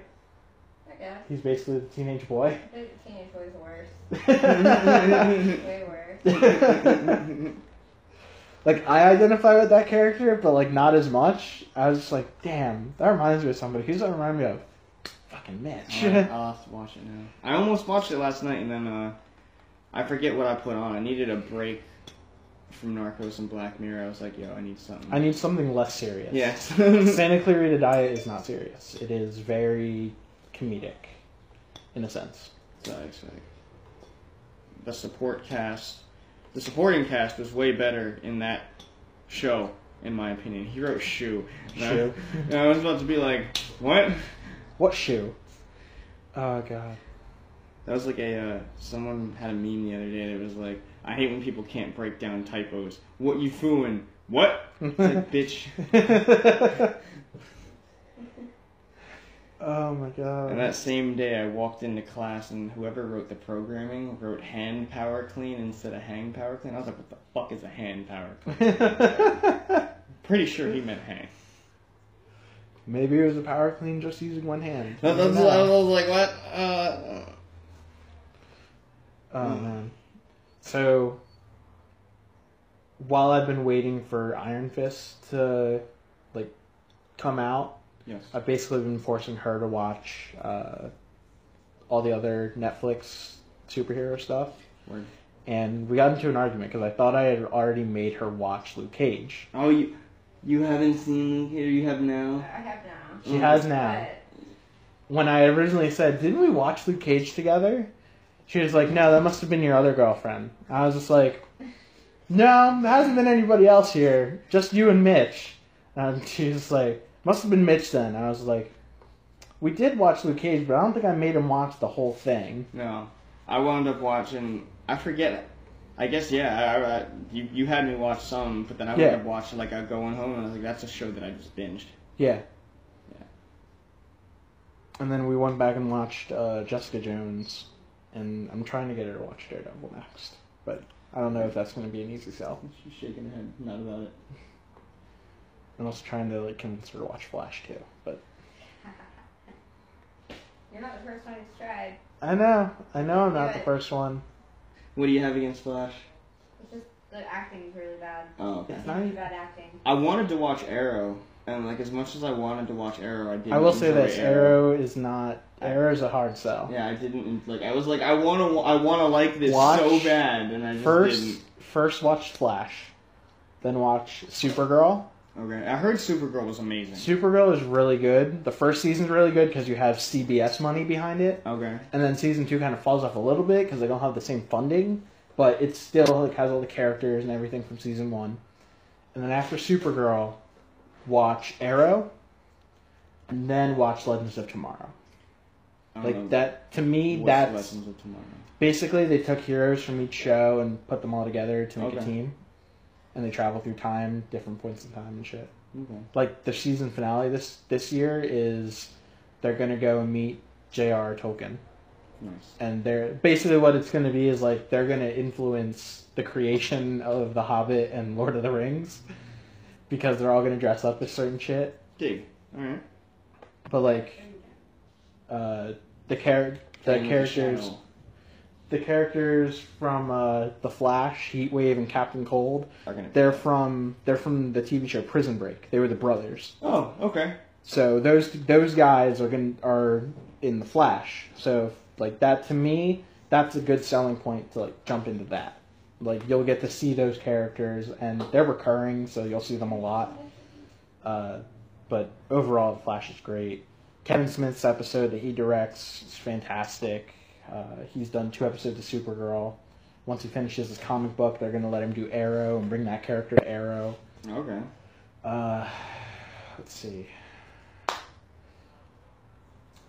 [SPEAKER 3] I guess.
[SPEAKER 1] He's basically the teenage boy.
[SPEAKER 3] I think the teenage boys are worse.
[SPEAKER 1] Mm-hmm.
[SPEAKER 3] Way worse.
[SPEAKER 1] like I identify with that character, but like not as much. I was just like, damn, that reminds me of somebody. Who does that remind me of? Fucking Mitch.
[SPEAKER 2] Alright, I'll have to watch it now. I almost watched it last night, and then uh, I forget what I put on. I needed a break from Narcos and Black Mirror. I was like, yo, I need something.
[SPEAKER 1] I need something less serious.
[SPEAKER 2] Yes.
[SPEAKER 1] Santa Clarita Diet is not serious. It is very comedic, in a sense.
[SPEAKER 2] So it's like- the support cast, the supporting cast was way better in that show, in my opinion. He wrote Shoe. And I-
[SPEAKER 1] Shoe.
[SPEAKER 2] and I, was about to be like, what?
[SPEAKER 1] What shoe? Oh god.
[SPEAKER 2] That was like a uh, someone had a meme the other day that was like, I hate when people can't break down typos. What you fooling? What? It's like, bitch.
[SPEAKER 1] oh my
[SPEAKER 2] And
[SPEAKER 1] god.
[SPEAKER 2] that same day, I walked into class, and whoever wrote the programming wrote hand power clean instead of hang power clean. I was like, what the fuck is a hand power clean? Pretty sure he meant hang.
[SPEAKER 1] Maybe it was a power clean just using one hand.
[SPEAKER 2] I was, I was- I was like, what? Uh,
[SPEAKER 1] Oh
[SPEAKER 2] Mm.
[SPEAKER 1] man. So while I've been waiting for Iron Fist to like come out,
[SPEAKER 2] yes.
[SPEAKER 1] I've basically been forcing her to watch uh, all the other Netflix superhero stuff.
[SPEAKER 2] Word.
[SPEAKER 1] And we got into an argument because I thought I had already made her watch Luke Cage.
[SPEAKER 2] Oh, you you haven't seen here. You have
[SPEAKER 3] I
[SPEAKER 2] now.
[SPEAKER 3] have now.
[SPEAKER 1] She
[SPEAKER 2] Mm.
[SPEAKER 1] has now. when I originally said, "Didn't we watch Luke Cage together?" She was like, "No, that must have been your other girlfriend." I was just like, "No, there hasn't been anybody else here, just you and Mitch." And she was like, "Must have been Mitch then." I was like, "We did watch Luke Cage, but I don't think I made him watch the whole thing."
[SPEAKER 2] No, I wound up watching. I forget. I guess yeah. I, I, you you had me watch some, but then I
[SPEAKER 1] Yeah.
[SPEAKER 2] wound up watching like I going home, and I was like, that's a show that I just binged.
[SPEAKER 1] Yeah.
[SPEAKER 2] Yeah.
[SPEAKER 1] And then we went back and watched uh, Jessica Jones, and I'm trying to get her to watch Daredevil next, but I don't know if that's going to be an easy sell.
[SPEAKER 2] She's shaking her head. Not about it.
[SPEAKER 1] I'm also trying to like convince her to watch Flash too, but
[SPEAKER 3] You're not the first one who's tried.
[SPEAKER 1] I know, I know, I'm not the
[SPEAKER 3] Good.
[SPEAKER 1] first one.
[SPEAKER 2] What do you have against Flash?
[SPEAKER 3] It's just the acting's really bad.
[SPEAKER 2] Oh, okay.
[SPEAKER 1] It's
[SPEAKER 3] It's
[SPEAKER 1] not
[SPEAKER 3] really
[SPEAKER 1] even-
[SPEAKER 3] bad acting.
[SPEAKER 2] I wanted to watch Arrow, and like as much as I wanted to watch Arrow, I didn't.
[SPEAKER 1] I will say
[SPEAKER 2] enjoy
[SPEAKER 1] this: Arrow is not Arrow's a hard sell.
[SPEAKER 2] Yeah, I didn't like. I was like, I want to, I want to like this
[SPEAKER 1] Watch
[SPEAKER 2] so bad, and I just
[SPEAKER 1] 1st first watch Flash, then watch Supergirl.
[SPEAKER 2] didn't. Okay, I heard Supergirl was amazing.
[SPEAKER 1] Supergirl is really good. The first season's really good because you have CBS money behind it,
[SPEAKER 2] Okay,
[SPEAKER 1] and then season two kind of falls off a little bit because they don't have the same funding, but it still like has all the characters and everything from season one. And then after Supergirl, watch Arrow, and then watch Legends of Tomorrow.
[SPEAKER 2] I don't know
[SPEAKER 1] Like that to me,
[SPEAKER 2] what's
[SPEAKER 1] that's
[SPEAKER 2] lessons of tomorrow.
[SPEAKER 1] basically they took heroes from each show and put them all together to make a
[SPEAKER 2] Okay.
[SPEAKER 1] team, and they travel through time, different points in time and shit
[SPEAKER 2] Okay,
[SPEAKER 1] like the season finale this this year is they're gonna go and meet J.R. Tolkien,
[SPEAKER 2] nice.
[SPEAKER 1] and they're basically what it's gonna be is like they're gonna influence the creation of The Hobbit and Lord of the Rings, because they're all gonna dress up as certain shit.
[SPEAKER 2] Dig. All right.
[SPEAKER 1] But like, uh, the char- the
[SPEAKER 2] Playing with
[SPEAKER 1] characters
[SPEAKER 2] shadow.
[SPEAKER 1] the characters from uh, the Flash, Heatwave, and Captain Cold
[SPEAKER 2] Are gonna-
[SPEAKER 1] they're from they're from the TV show Prison Break. They were the brothers.
[SPEAKER 2] Oh, okay.
[SPEAKER 1] So those those guys are going are in the Flash. So like that to me, that's a good selling point to like jump into that. Like you'll get to see those characters and they're recurring, so you'll see them a lot. Uh, but overall, the Flash is great. Kevin Smith's episode that he directs is fantastic. Uh, he's done two episodes of Supergirl. Once he finishes his comic book, they're going to let him do Arrow and bring that character to Arrow.
[SPEAKER 2] Okay.
[SPEAKER 1] Uh, let's see.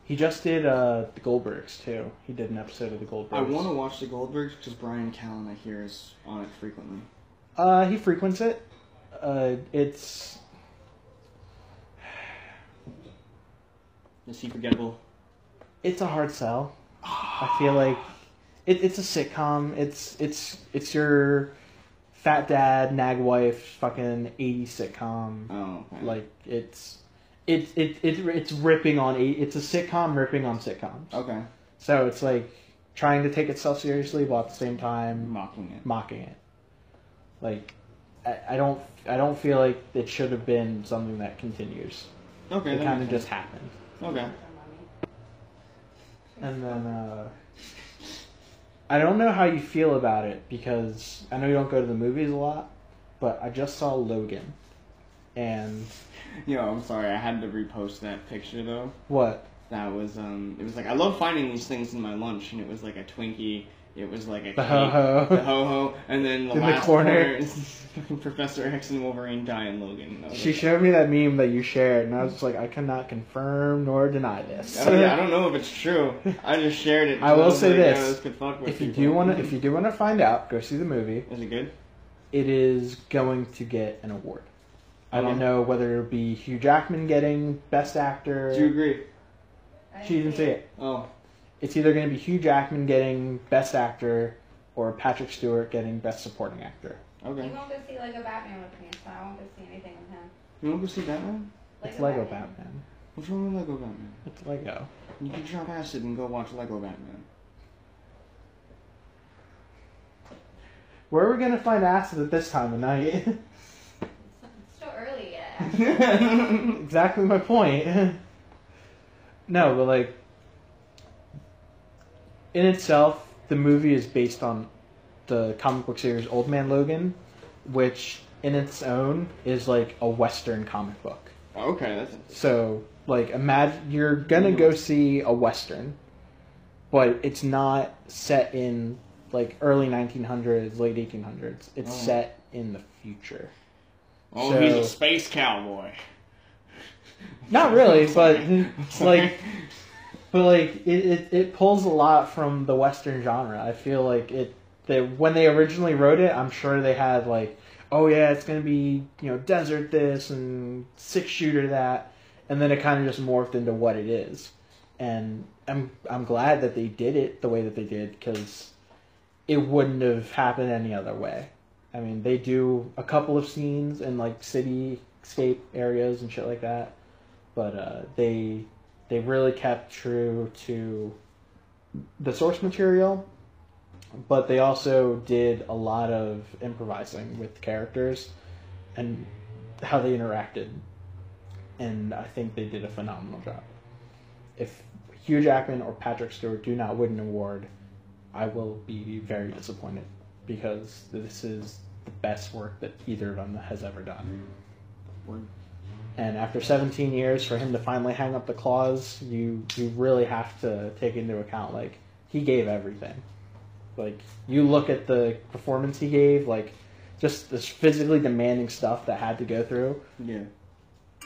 [SPEAKER 1] He just did uh, the Goldbergs too. He did an episode of the Goldbergs.
[SPEAKER 2] I want to watch the Goldbergs because Brian Callen I hear is on it frequently.
[SPEAKER 1] Uh, he frequents it. Uh, it's
[SPEAKER 2] Is he forgettable?
[SPEAKER 1] it's a hard sell.
[SPEAKER 2] Oh,
[SPEAKER 1] I feel like it, it's a sitcom. It's it's it's your fat dad nag wife fucking eighty sitcom.
[SPEAKER 2] Oh, okay.
[SPEAKER 1] Like it's it's it, it it's ripping on eight. It's a sitcom ripping on sitcoms.
[SPEAKER 2] okay,
[SPEAKER 1] So it's like trying to take itself seriously while at the same time
[SPEAKER 2] mocking it.
[SPEAKER 1] mocking it. Like I, I don't I don't feel like it should have been something that continues.
[SPEAKER 2] Okay,
[SPEAKER 1] It
[SPEAKER 2] that
[SPEAKER 1] kind of
[SPEAKER 2] makes
[SPEAKER 1] just happened.
[SPEAKER 2] sense. okay.
[SPEAKER 1] And then uh, I don't know how you feel about it because I know you don't go to the movies a lot, but I just saw Logan, and
[SPEAKER 2] Yo, I'm sorry. I had to repost that picture though.
[SPEAKER 1] what?
[SPEAKER 2] That was um. It was like I love finding these things in my lunch, and it was like a Twinkie. It was like a
[SPEAKER 1] The ho-ho.
[SPEAKER 2] cake, the ho ho, and then the
[SPEAKER 1] In the
[SPEAKER 2] last
[SPEAKER 1] corner.
[SPEAKER 2] is Professor X and Wolverine die and Logan. And I was
[SPEAKER 1] She
[SPEAKER 2] like,
[SPEAKER 1] showed me that meme that you shared, and I was just like, I cannot confirm nor deny this.
[SPEAKER 2] I don't, Oh, yeah, I don't know if it's true. I just shared it.
[SPEAKER 1] I will
[SPEAKER 2] was
[SPEAKER 1] say
[SPEAKER 2] like, yo,
[SPEAKER 1] this.
[SPEAKER 2] could fuck with
[SPEAKER 1] if you
[SPEAKER 2] people.
[SPEAKER 1] do want to, if you do want to find out, go see the movie.
[SPEAKER 2] is it good?
[SPEAKER 1] it is going to get an award. I
[SPEAKER 2] Okay.
[SPEAKER 1] don't know whether it'll be Hugh Jackman getting Best Actor.
[SPEAKER 2] Do you agree?
[SPEAKER 3] I
[SPEAKER 1] she didn't say it.
[SPEAKER 2] Oh,
[SPEAKER 1] It's either going to be Hugh Jackman getting Best Actor or Patrick Stewart getting Best Supporting Actor.
[SPEAKER 3] You
[SPEAKER 2] okay.
[SPEAKER 3] won't go see Lego Batman with me, so I won't go see anything with him.
[SPEAKER 2] You want to go see Batman?
[SPEAKER 1] It's Lego Batman.
[SPEAKER 2] What's wrong with Lego Batman?
[SPEAKER 1] It's Lego.
[SPEAKER 2] You can drop acid and go watch Lego Batman.
[SPEAKER 1] Where are we going to find acid at this time of night?
[SPEAKER 3] It's still early yet. actually.
[SPEAKER 2] okay.
[SPEAKER 1] exactly my point. no, but like in itself, the movie is based on the comic book series Old Man Logan, which in its own is like a western comic book.
[SPEAKER 2] That's
[SPEAKER 1] So, like imagine you're going to go see a western, but it's not set in like early 1900s, late 1800s. It's
[SPEAKER 2] Oh.
[SPEAKER 1] set in the future.
[SPEAKER 2] oh,
[SPEAKER 1] So-
[SPEAKER 2] he's a space cowboy.
[SPEAKER 1] Not really, but
[SPEAKER 2] Sorry.
[SPEAKER 1] like But like it, it, it pulls a lot from the Western genre. I feel like it they, when they originally wrote it, I'm sure they had like, oh yeah, it's gonna be you know desert this and six shooter that, and then it kind of just morphed into what it is. And I'm I'm glad that they did it the way that they did because it wouldn't have happened any other way. I mean, they do a couple of scenes in like cityscape areas and shit like that, but uh, they they really kept true to the source material. But they also did a lot of improvising with characters and how they interacted, and I think they did a phenomenal job. If Hugh Jackman or Patrick Stewart do not win an award, I will be very disappointed because this is the best work that either of them has ever done.
[SPEAKER 2] Word.
[SPEAKER 1] And after 17 years, for him to finally hang up the claws, you you really have to take into account like he gave everything. Like you look at the performance he gave, like just this physically demanding stuff that had to go through.
[SPEAKER 2] Yeah.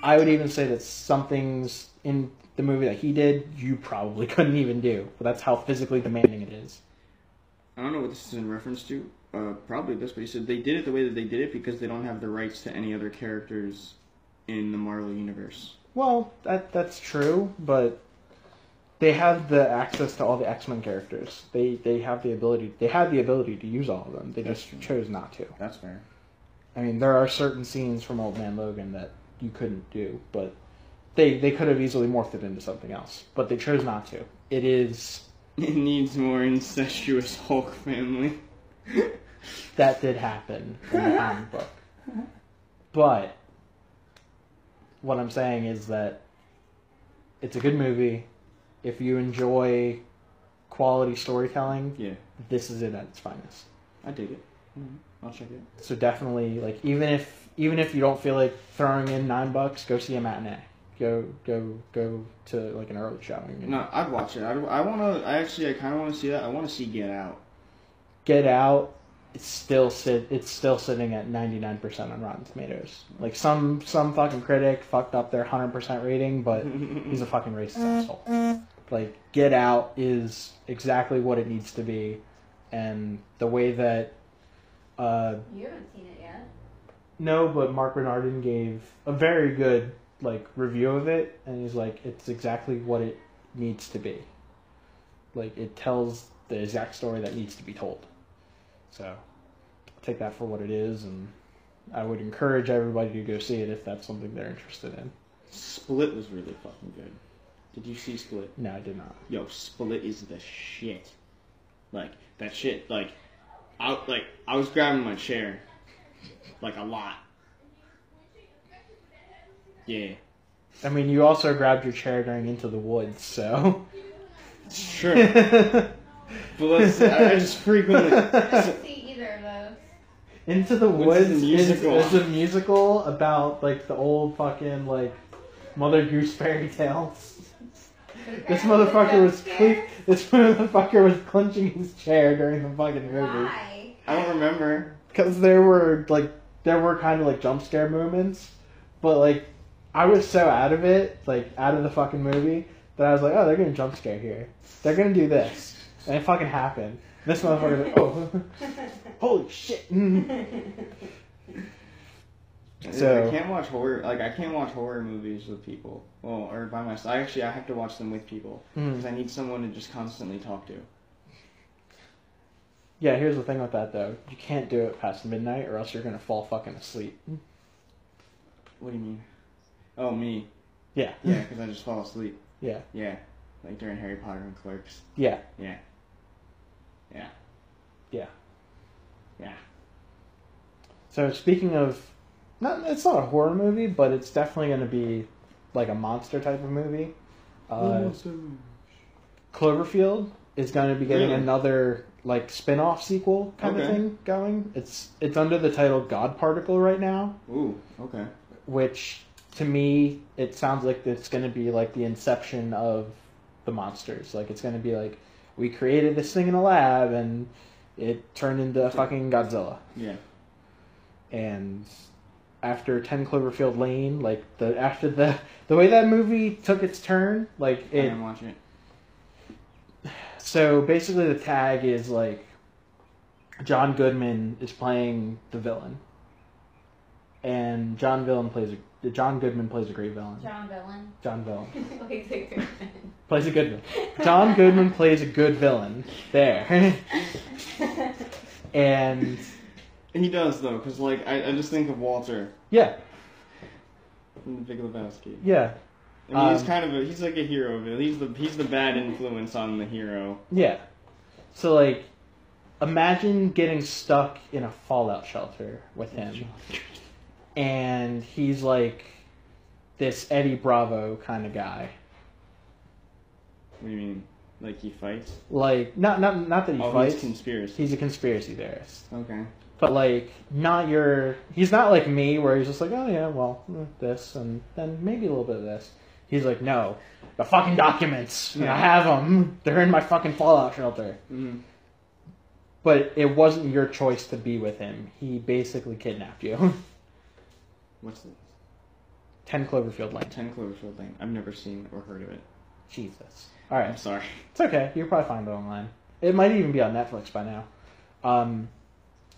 [SPEAKER 1] I would even say that some things in the movie that he did, you probably couldn't even do. But that's how physically demanding it is.
[SPEAKER 2] I don't know what this is in reference to. Uh, probably this, but he said they did it the way that they did it because they don't have the rights to any other characters in the Marvel universe.
[SPEAKER 1] Well, that that's true, but they have the access to all the X Men characters. They they have the ability. They had the ability to use all of them. They
[SPEAKER 2] That's
[SPEAKER 1] just
[SPEAKER 2] true.
[SPEAKER 1] chose not to.
[SPEAKER 2] That's fair.
[SPEAKER 1] I mean, there are certain scenes from Old Man Logan that you couldn't do, but they they could have easily morphed it into something else, but they chose not to. It is
[SPEAKER 2] It needs more incestuous Hulk family.
[SPEAKER 1] that did happen in the comic book. But what I'm saying is that it's a good movie. If you enjoy quality storytelling,
[SPEAKER 2] yeah,
[SPEAKER 1] this is it at its finest.
[SPEAKER 2] I dig it. Mm, I'll check it. out.
[SPEAKER 1] So definitely, like even if even if you don't feel like throwing in nine bucks, go see a matinee. Go go go to like an early showing. and
[SPEAKER 2] No, I'd watch it. I'd, I want to. I actually, I kind of want to see that. I want to see Get Out.
[SPEAKER 1] Get Out it's still sit it's still sitting at 99% on Rotten Tomatoes. Like some some fucking critic fucked up their 100% rating, but
[SPEAKER 2] Mm-hmm.
[SPEAKER 1] he's a fucking racist asshole. Like Get Out is exactly what it needs to be and the way that uh
[SPEAKER 3] You haven't seen it yet.
[SPEAKER 1] no, but Mark Bernardin gave a very good like review of it, and he's like, it's exactly what it needs to be. Like it tells the exact story that needs to be told. So take that for what it is, and I would encourage everybody to go see it if that's something they're interested in.
[SPEAKER 2] Split was really fucking good. Did you see Split?
[SPEAKER 1] No, I did not.
[SPEAKER 2] Yo, Split is the shit. Like that shit. Like, I like I was grabbing my chair, like a lot. Yeah,
[SPEAKER 1] I mean, you also grabbed your chair during Into the Woods, so
[SPEAKER 2] sure. But let's, I, I just frequently.
[SPEAKER 3] I
[SPEAKER 2] so-
[SPEAKER 3] didn't see either of those.
[SPEAKER 1] Into the
[SPEAKER 2] Which is
[SPEAKER 1] Woods
[SPEAKER 2] a
[SPEAKER 1] is,
[SPEAKER 2] musical.
[SPEAKER 1] is a musical about like the old fucking like Mother Goose fairy tales. This motherfucker was cle- this motherfucker was clenching his chair during the fucking movie
[SPEAKER 3] Why?
[SPEAKER 2] I don't remember.
[SPEAKER 1] because there were like there were kind of like jump scare moments, but like I was so out of it, like out of the fucking movie, that I was like, oh, they're gonna jump scare here, they're gonna do this, and it fucking happened. This motherfucker's like, oh, holy shit. Mm-hmm. So-
[SPEAKER 2] I can't watch horror. Like I can't watch horror movies with people. Well, or by myself. I actually I have to watch them with people
[SPEAKER 1] Hmm.
[SPEAKER 2] because I need someone to just constantly talk to.
[SPEAKER 1] Yeah, here's the thing with that though. You can't do it past midnight or else you're gonna fall fucking asleep.
[SPEAKER 2] What do you mean? Oh, me.
[SPEAKER 1] Yeah.
[SPEAKER 2] Yeah, because I just fall asleep.
[SPEAKER 1] Yeah.
[SPEAKER 2] Yeah, like during Harry Potter and Clerks.
[SPEAKER 1] Yeah.
[SPEAKER 2] Yeah. Yeah.
[SPEAKER 1] Yeah.
[SPEAKER 2] Yeah.
[SPEAKER 1] So speaking of not it's not a horror movie, but it's definitely gonna be like a monster type of movie. Uh,
[SPEAKER 2] Mm-hmm.
[SPEAKER 1] Cloverfield is gonna be getting
[SPEAKER 2] Really?
[SPEAKER 1] another like spin-off sequel kind of
[SPEAKER 2] Okay.
[SPEAKER 1] thing going. It's it's under the title God Particle right now,
[SPEAKER 2] Ooh. Okay.
[SPEAKER 1] which to me it sounds like it's gonna be like the inception of the monsters. Like it's gonna be like we created this thing in a lab and it turned into fucking Godzilla
[SPEAKER 2] Yeah.
[SPEAKER 1] and after 10 Cloverfield Lane, like the after the the way that movie took its turn, like
[SPEAKER 2] I
[SPEAKER 1] it
[SPEAKER 2] didn't watch it.
[SPEAKER 1] so basically the tag is like John Goodman is playing the villain and John Villain plays a John Goodman plays a great villain.
[SPEAKER 3] John Villain.
[SPEAKER 1] John Villain
[SPEAKER 3] Like, like, Goodman.
[SPEAKER 1] plays a good villain. John Goodman plays a good villain there, and
[SPEAKER 2] He does though, because like I, I just think of Walter
[SPEAKER 1] yeah,
[SPEAKER 2] from The Big Lebowski.
[SPEAKER 1] yeah,
[SPEAKER 2] I mean, he's
[SPEAKER 1] Um,
[SPEAKER 2] kind of a, he's like a hero. but He's the he's the bad influence on the hero.
[SPEAKER 1] yeah. So like, imagine getting stuck in a fallout shelter with him, and he's like this Eddie Bravo kind of guy.
[SPEAKER 2] What do you mean? Like he fights?
[SPEAKER 1] Like not not not that he
[SPEAKER 2] oh,
[SPEAKER 1] fights.
[SPEAKER 2] he's conspiracy.
[SPEAKER 1] he's a conspiracy theorist.
[SPEAKER 2] Okay.
[SPEAKER 1] but like not your he's not like me where he's just like oh yeah well mm, this and then maybe a little bit of this he's like no the fucking documents and i
[SPEAKER 2] Yeah.
[SPEAKER 1] have them they're in my fucking fallout shelter
[SPEAKER 2] Mm-hmm.
[SPEAKER 1] but it wasn't your choice to be with him he basically kidnapped you
[SPEAKER 2] What's this?
[SPEAKER 1] 10 cloverfield lane
[SPEAKER 2] Ten Cloverfield Lane. I've never seen or heard of it.
[SPEAKER 1] jesus all right
[SPEAKER 2] I'm sorry.
[SPEAKER 1] It's okay. You'll probably find it online. It might even be on Netflix by now. Um,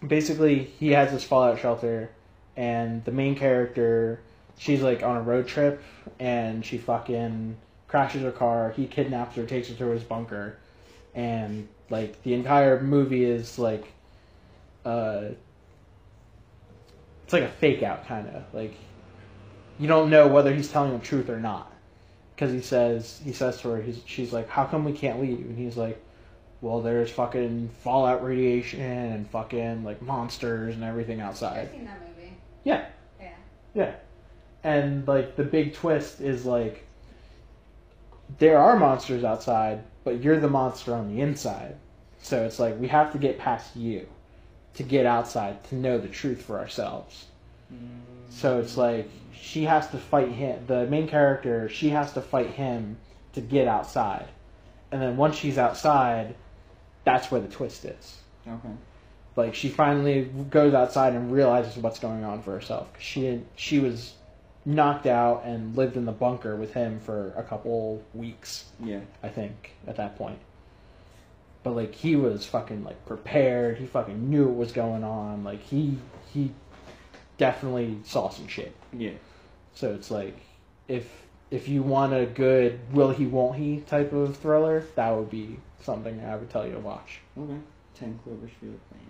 [SPEAKER 1] basically, he has this fallout shelter, and the main character, she's like on a road trip, and she fucking crashes her car. He kidnaps her, takes her to his bunker, and like the entire movie is like, uh, it's like a fake out kind of like, you don't know whether he's telling the truth or not because he says he says to her, he's, she's like, "How come we can't leave?" And he's like, "Well, there's fucking fallout radiation and fucking like monsters and everything outside."
[SPEAKER 3] I've seen that movie.
[SPEAKER 1] Yeah.
[SPEAKER 3] Yeah.
[SPEAKER 1] And like the big twist is like, there are monsters outside, but you're the monster on the inside. So it's like we have to get past you to get outside to know the truth for ourselves. Mm, So it's like she has to fight him. The main character, she has to fight him to get outside. And then once she's outside, that's where the twist is.
[SPEAKER 2] Okay.
[SPEAKER 1] Like she finally goes outside and realizes what's going on for herself. 'Cause She didn't- she was knocked out and lived in the bunker with him for a couple weeks,
[SPEAKER 2] Yeah.
[SPEAKER 1] I think, at that point. But like he was fucking like prepared. He fucking knew what was going on. Like he he definitely saw some shit.
[SPEAKER 2] Yeah.
[SPEAKER 1] So it's like if if you want a good will he won't he type of thriller, that would be something I would tell you to watch.
[SPEAKER 2] Okay. Ten Cloverfield Lane.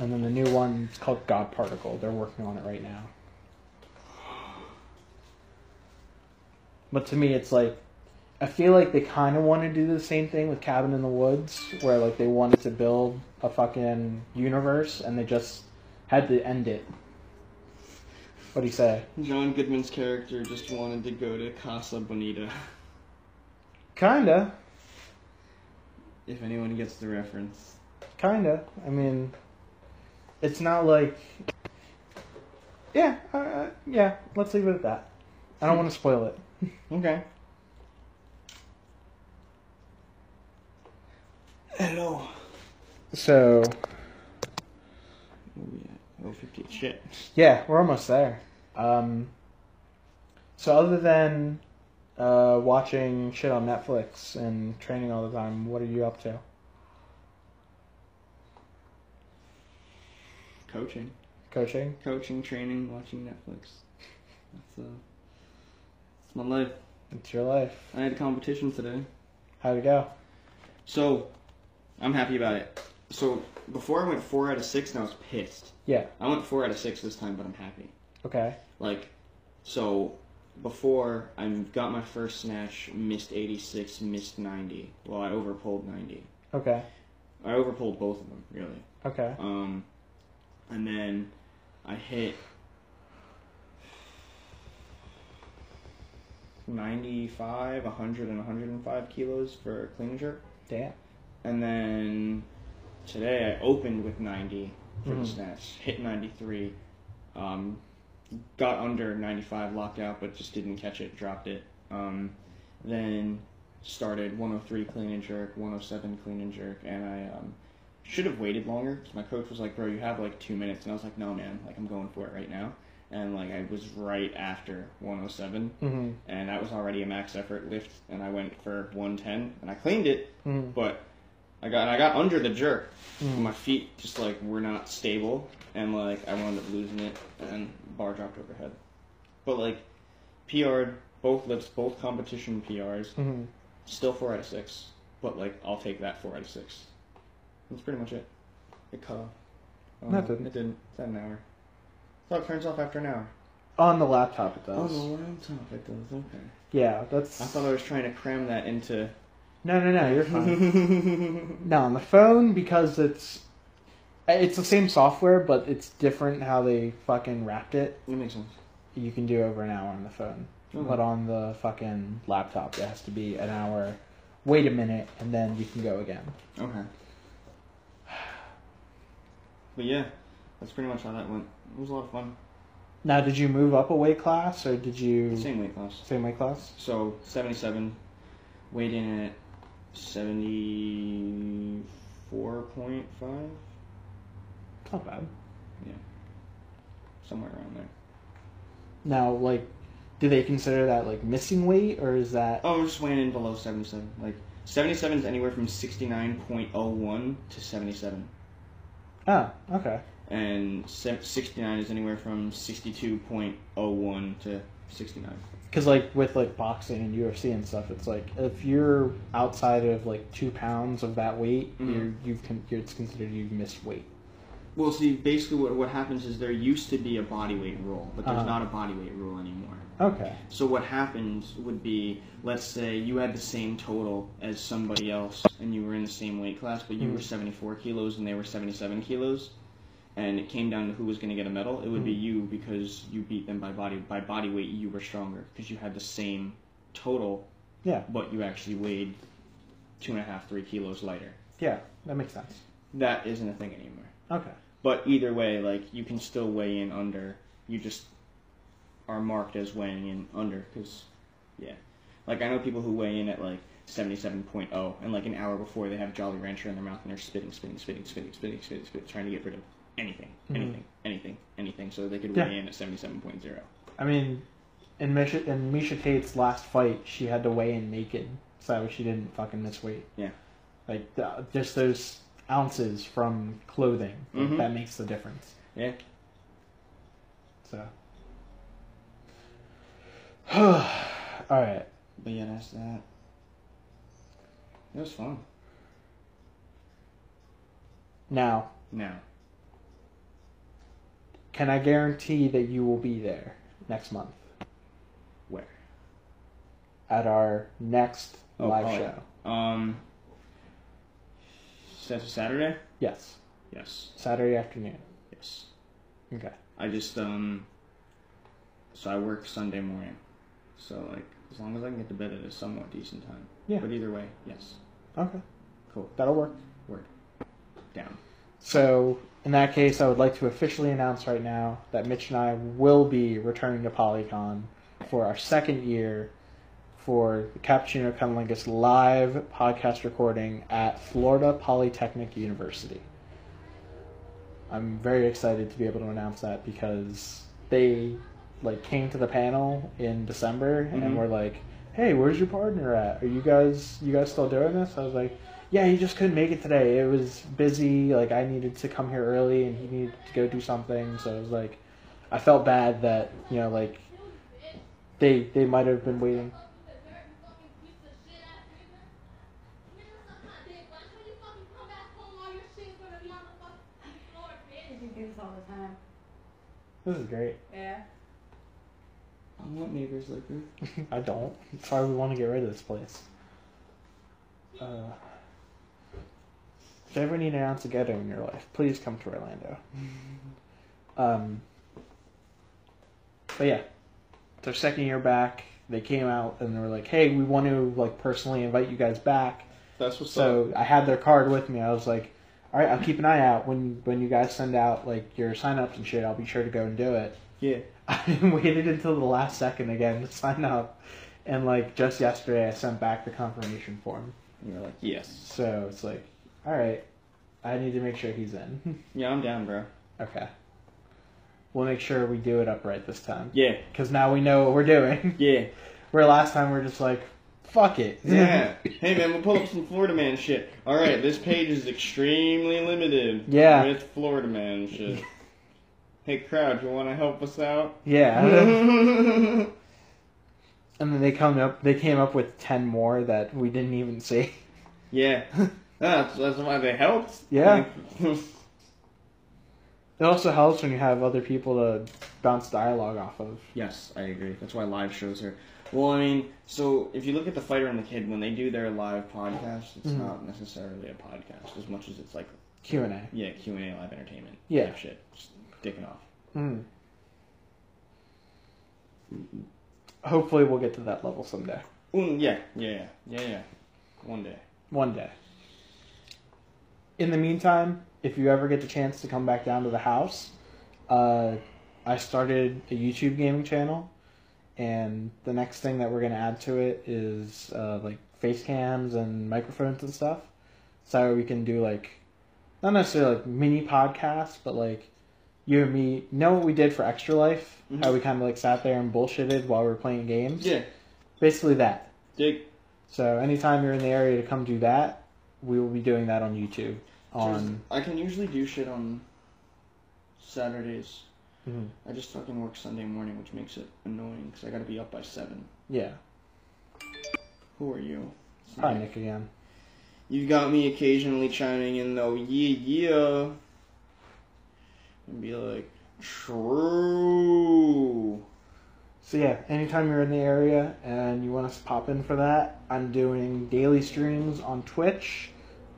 [SPEAKER 1] And then the new one it's called God Particle. They're working on it right now. But to me it's like I feel like they kind of want to do the same thing with Cabin in the Woods where like they wanted to build a fucking universe and they just had to end it. What do you say?
[SPEAKER 2] John Goodman's character just wanted to go to Casa Bonita.
[SPEAKER 1] Kinda.
[SPEAKER 2] If anyone gets the reference.
[SPEAKER 1] Kinda. I mean, it's not like. Yeah, uh, uh, yeah. Let's leave it at that. I don't want to spoil it.
[SPEAKER 2] Okay. Hello.
[SPEAKER 1] So
[SPEAKER 2] Where we at? Oh, 50. Shit.
[SPEAKER 1] yeah, we're almost there. Um. So other than uh, watching shit on Netflix and training all the time, what are you up to?
[SPEAKER 2] Coaching.
[SPEAKER 1] Coaching?
[SPEAKER 2] Coaching, training, watching Netflix. That's, uh, that's my life.
[SPEAKER 1] It's your life.
[SPEAKER 2] I had a competition today.
[SPEAKER 1] How'd it go?
[SPEAKER 2] So, I'm happy about it. So, before I went 4 out of 6 and I was pissed.
[SPEAKER 1] Yeah.
[SPEAKER 2] I went 4 out of 6 this time, but I'm happy.
[SPEAKER 1] Okay.
[SPEAKER 2] Like, so before I got my first snatch, missed 86, missed 90. Well, I overpulled 90.
[SPEAKER 1] Okay.
[SPEAKER 2] I overpulled both of them, really.
[SPEAKER 1] Okay.
[SPEAKER 2] Um, and then I hit 95, 100, and 105 kilos for a clean jerk.
[SPEAKER 1] Damn.
[SPEAKER 2] And then today I opened with 90 for
[SPEAKER 1] Mhm.
[SPEAKER 2] the snatch, hit 93, um, got under 95 locked out, but just didn't catch it, dropped it. Um, then started 103 clean and jerk, 107 clean and jerk, and I um, should have waited longer 'cause my coach was like, "Bro, you have like two minutes," and I was like, "No, man, like I'm going for it right now." And like I was right after 107,
[SPEAKER 1] Mm-hmm.
[SPEAKER 2] and that was already a max effort lift, and I went for 110, and I cleaned it,
[SPEAKER 1] Mm-hmm.
[SPEAKER 2] but I got I got under the jerk.
[SPEAKER 1] Hmm.
[SPEAKER 2] My feet just like were not stable, and like I wound up losing it, and bar dropped overhead. But like, PR'd both lifts, both competition PRs,
[SPEAKER 1] Mhm.
[SPEAKER 2] still four out of six. But like, I'll take that four out of six. That's pretty much it. It cut off. Oh,
[SPEAKER 1] No, it didn't.
[SPEAKER 2] It didn't. It's at an hour. So it turns off after an hour.
[SPEAKER 1] On the laptop, it does.
[SPEAKER 2] Oh, the laptop. It does. Okay.
[SPEAKER 1] Yeah, that's.
[SPEAKER 2] I thought I was trying to cram that into.
[SPEAKER 1] No, no, no. You're fine. No, on the phone because it's it's the same software, but it's different how they fucking wrapped it.
[SPEAKER 2] That makes sense.
[SPEAKER 1] You can do over an hour on the phone,
[SPEAKER 2] Okay.
[SPEAKER 1] but on the fucking laptop, it has to be an hour. Wait a minute, and then you can go again.
[SPEAKER 2] Okay. But yeah, that's pretty much how that went. It was a lot of fun.
[SPEAKER 1] Now, did you move up a weight class, or did you
[SPEAKER 2] Same weight class.
[SPEAKER 1] same weight class?
[SPEAKER 2] So seventy-seven, weighed in at seventy-four point five,
[SPEAKER 1] It's Not bad.
[SPEAKER 2] somewhere around there.
[SPEAKER 1] Now, like, do they consider that like missing weight, or is that
[SPEAKER 2] Oh, I was just weighing in below seventy-seven. Like seventy-seven is anywhere from sixty-nine point oh one to seventy-seven,
[SPEAKER 1] oh okay?
[SPEAKER 2] and se- sixty-nine is anywhere from sixty-two point oh one to sixty-nine.
[SPEAKER 1] Because like with like boxing and UFC and stuff, it's like if you're outside of like two pounds of that weight,
[SPEAKER 2] Mhm.
[SPEAKER 1] you're, you've con- you're, it's considered you've missed weight.
[SPEAKER 2] Well, see, basically what, what happens is there used to be a body weight rule, but there's
[SPEAKER 1] Uh-huh.
[SPEAKER 2] not a body weight rule anymore.
[SPEAKER 1] Okay.
[SPEAKER 2] So what happens would be, let's say you had the same total as somebody else, and you were in the same weight class, but you were
[SPEAKER 1] Mhm.
[SPEAKER 2] 74 kilos and they were 77 kilos, and it came down to who was going to get a medal. It would
[SPEAKER 1] Hmm.
[SPEAKER 2] be you because you beat them by body by body weight. You were stronger because you had the same total,
[SPEAKER 1] Yeah.
[SPEAKER 2] but you actually weighed two and a half, three kilos lighter.
[SPEAKER 1] Yeah, that makes sense.
[SPEAKER 2] That isn't a thing anymore.
[SPEAKER 1] Okay.
[SPEAKER 2] But either way, like you can still weigh in under. You just are marked as weighing in under because, yeah. Like I know people who weigh in at like 77.0, and like an hour before they have Jolly Rancher in their mouth and they're spitting, spitting, spitting, spitting, spitting, spitting, spitting, trying to get rid of anything,
[SPEAKER 1] Mhm.
[SPEAKER 2] anything, anything, anything, so they could
[SPEAKER 1] Yeah.
[SPEAKER 2] weigh in at oh. 77.0.
[SPEAKER 1] I mean, in Misha in Misha Tate's last fight, she had to weigh in naked, so she didn't fucking miss weight.
[SPEAKER 2] Yeah.
[SPEAKER 1] Like uh, just those ounces from clothing like,
[SPEAKER 2] Mhm.
[SPEAKER 1] that makes the difference.
[SPEAKER 2] Yeah.
[SPEAKER 1] So. All right.
[SPEAKER 2] But yeah, that's that. It was fun.
[SPEAKER 1] Now,
[SPEAKER 2] Now,
[SPEAKER 1] can I guarantee that you will be there next month?
[SPEAKER 2] where?
[SPEAKER 1] at our next
[SPEAKER 2] Oh,
[SPEAKER 1] live
[SPEAKER 2] probably.
[SPEAKER 1] show.
[SPEAKER 2] Um. Is that a Saturday?
[SPEAKER 1] Yes,
[SPEAKER 2] Yes.
[SPEAKER 1] Saturday afternoon.
[SPEAKER 2] Yes.
[SPEAKER 1] Okay.
[SPEAKER 2] I just um. So I work Sunday morning, so like as long as I can get to bed at a somewhat decent time.
[SPEAKER 1] Yeah.
[SPEAKER 2] But either way, yes,
[SPEAKER 1] Okay.
[SPEAKER 2] Cool.
[SPEAKER 1] That'll work.
[SPEAKER 2] down.
[SPEAKER 1] So, in that case, I would like to officially announce right now that Mitch and I will be returning to Polycon for our second year for the Cappuccino Cunnilingus live podcast recording at Florida Polytechnic University. I'm very excited to be able to announce that because they like came to the panel in December and
[SPEAKER 2] Mhm.
[SPEAKER 1] were like, "Hey, where's your partner at? Are you guys you guys still doing this?" I was like, "Yeah, he just couldn't make it today. It was busy. Like I needed to come here early and he needed to go do something." So I was like, I felt bad that you know like they they might have been waiting.
[SPEAKER 4] You do this all the time.
[SPEAKER 1] This is great.
[SPEAKER 4] Yeah.
[SPEAKER 2] I want neighbors like this.
[SPEAKER 1] I don't. That's why we want to get rid of this place. Uh, if you ever need an ounce of ghetto in your life, please come to Orlando. Um, but yeah, their second year back, they came out and they were like, "Hey, we want to like personally invite you guys back."
[SPEAKER 2] That's what's
[SPEAKER 1] So I had their card with me. I was like, "All right, I'll keep an eye out when when you guys send out like your sign ups and shit. I'll be sure to go and do it."
[SPEAKER 2] Yeah.
[SPEAKER 1] I waited until the last second again to sign up, and like just yesterday, I sent back the confirmation form.
[SPEAKER 2] And you're like, yes.
[SPEAKER 1] So it's like, all right, I need to make sure he's in.
[SPEAKER 2] Yeah, I'm down, bro.
[SPEAKER 1] okay. We'll make sure we do it upright this time
[SPEAKER 2] Yeah.
[SPEAKER 1] because now we know what we're doing.
[SPEAKER 2] Yeah.
[SPEAKER 1] Where last time we we're just like, Fuck it.
[SPEAKER 2] Yeah. hey man, we'll pull up some Florida Man shit. All right, this page is extremely limited.
[SPEAKER 1] Yeah.
[SPEAKER 2] With Florida Man shit. hey crowd, you want to help us out?
[SPEAKER 1] yeah.
[SPEAKER 2] yeah.
[SPEAKER 1] and then they come up. They came up with ten more that we didn't even see.
[SPEAKER 2] That's, Ah, that's why they helped.
[SPEAKER 1] Yeah. It also helps when you have other people to bounce dialogue off of.
[SPEAKER 2] Yes, I agree. That's why live shows are. Well, I mean, so if you look at the fighter and the kid when they do their live podcast, it's
[SPEAKER 1] Mhm.
[SPEAKER 2] not necessarily a podcast as much as it's like
[SPEAKER 1] Q and A.
[SPEAKER 2] yeah Q and A live entertainment.
[SPEAKER 1] Yeah.
[SPEAKER 2] type shit, just dicking off.
[SPEAKER 1] Mm. Hopefully, we'll get to that level someday.
[SPEAKER 2] Mm, yeah, yeah, yeah, yeah, yeah. One day.
[SPEAKER 1] One day. In the meantime, if you ever get the chance to come back down to the house, uh, I started a YouTube gaming channel, and the next thing that we're gonna add to it is uh, like face cams and microphones and stuff, so we can do like not necessarily like mini podcasts, but like you and me know what we did for Extra Life, how we kind of like sat there and bullshitted while we were playing games.
[SPEAKER 2] Yeah,
[SPEAKER 1] Basically that.
[SPEAKER 2] dig.
[SPEAKER 1] So anytime you're in the area to come do that, we will be doing that on YouTube. On
[SPEAKER 2] I can usually do shit on Saturdays.
[SPEAKER 1] Mhm.
[SPEAKER 2] I just fucking work Sunday morning, which makes it annoying because I gotta be up by seven.
[SPEAKER 1] yeah,
[SPEAKER 2] Who are you? It's
[SPEAKER 1] hi
[SPEAKER 2] Nick.
[SPEAKER 1] Nick again.
[SPEAKER 2] You've got me occasionally chiming in though, yeah, yeah. And be like, true.
[SPEAKER 1] So yeah, anytime you're in the area and you want us to pop in for that, I'm doing daily streams on Twitch,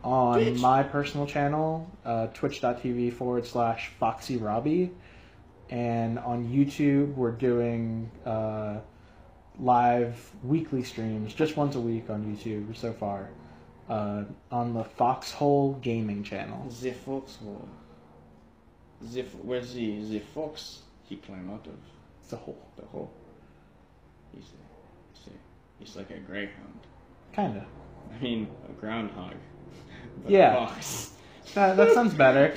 [SPEAKER 1] on
[SPEAKER 2] Twitch.
[SPEAKER 1] my personal channel, uh, twitch.tv forward slash Foxy Robbie, and on YouTube we're doing uh, live weekly streams, just once a week on YouTube so far, uh, on the Foxhole Gaming channel.
[SPEAKER 2] The foxhole. The, f- where's the, the fox? He climb out of
[SPEAKER 1] It's a hole.
[SPEAKER 2] the hole. He's, a- he's, a- he's like a greyhound.
[SPEAKER 1] Kinda.
[SPEAKER 2] I mean, a groundhog. But
[SPEAKER 1] Yeah.
[SPEAKER 2] A fox.
[SPEAKER 1] That, that sounds better.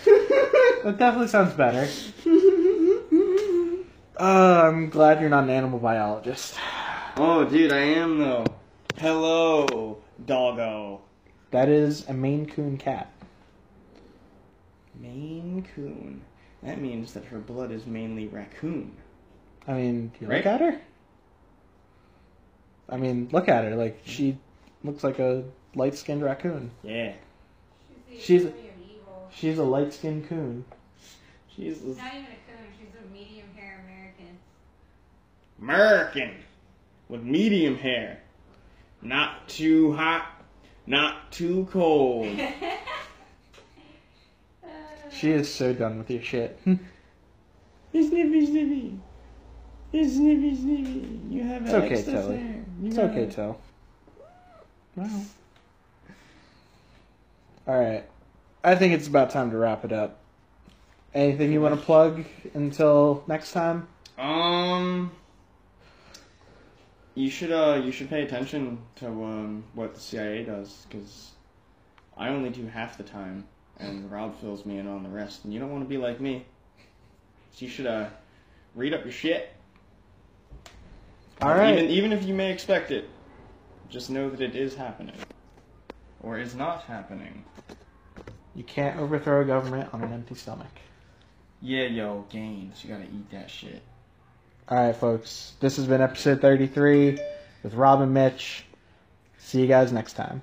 [SPEAKER 1] That definitely sounds better. Uh, I'm glad you're not an animal biologist.
[SPEAKER 2] oh, dude, I am though. Hello, doggo.
[SPEAKER 1] That is a Maine Coon cat.
[SPEAKER 2] Maine Coon. That means that her blood is mainly raccoon.
[SPEAKER 1] I mean, do you
[SPEAKER 2] Right?
[SPEAKER 1] look at her? I mean, look at her. Like, she looks like a light skinned raccoon.
[SPEAKER 2] Yeah.
[SPEAKER 1] She's-
[SPEAKER 3] She's the epitome of evil.
[SPEAKER 1] She's a light skinned coon.
[SPEAKER 2] Jesus.
[SPEAKER 3] Not even a coon. She's a medium hair American.
[SPEAKER 2] American. With medium hair. Not too hot, not too cold.
[SPEAKER 3] Uh,
[SPEAKER 1] She is so done with your shit.
[SPEAKER 2] snippy, snippy. Snippy, snippy. You have
[SPEAKER 1] It's okay, excess Telly. hair. It's okay, Tell. Well. Alright. I think it's about time to wrap it up. Anything you want to plug until next time?
[SPEAKER 2] Um, you should uh, you should pay attention to um what the CIA does because I only do half the time, and Rob fills me in on the rest, and you don't want to be like me. So you should uh, read up your shit. Even
[SPEAKER 1] Alright.
[SPEAKER 2] even if you may expect it, just know that it is happening, or is not happening.
[SPEAKER 1] You can't overthrow a government on an empty stomach.
[SPEAKER 2] Yeah, yo, gains. You gotta eat that shit.
[SPEAKER 1] Alright, folks. This has been episode 33 with Rob and Mitch. See you guys next time.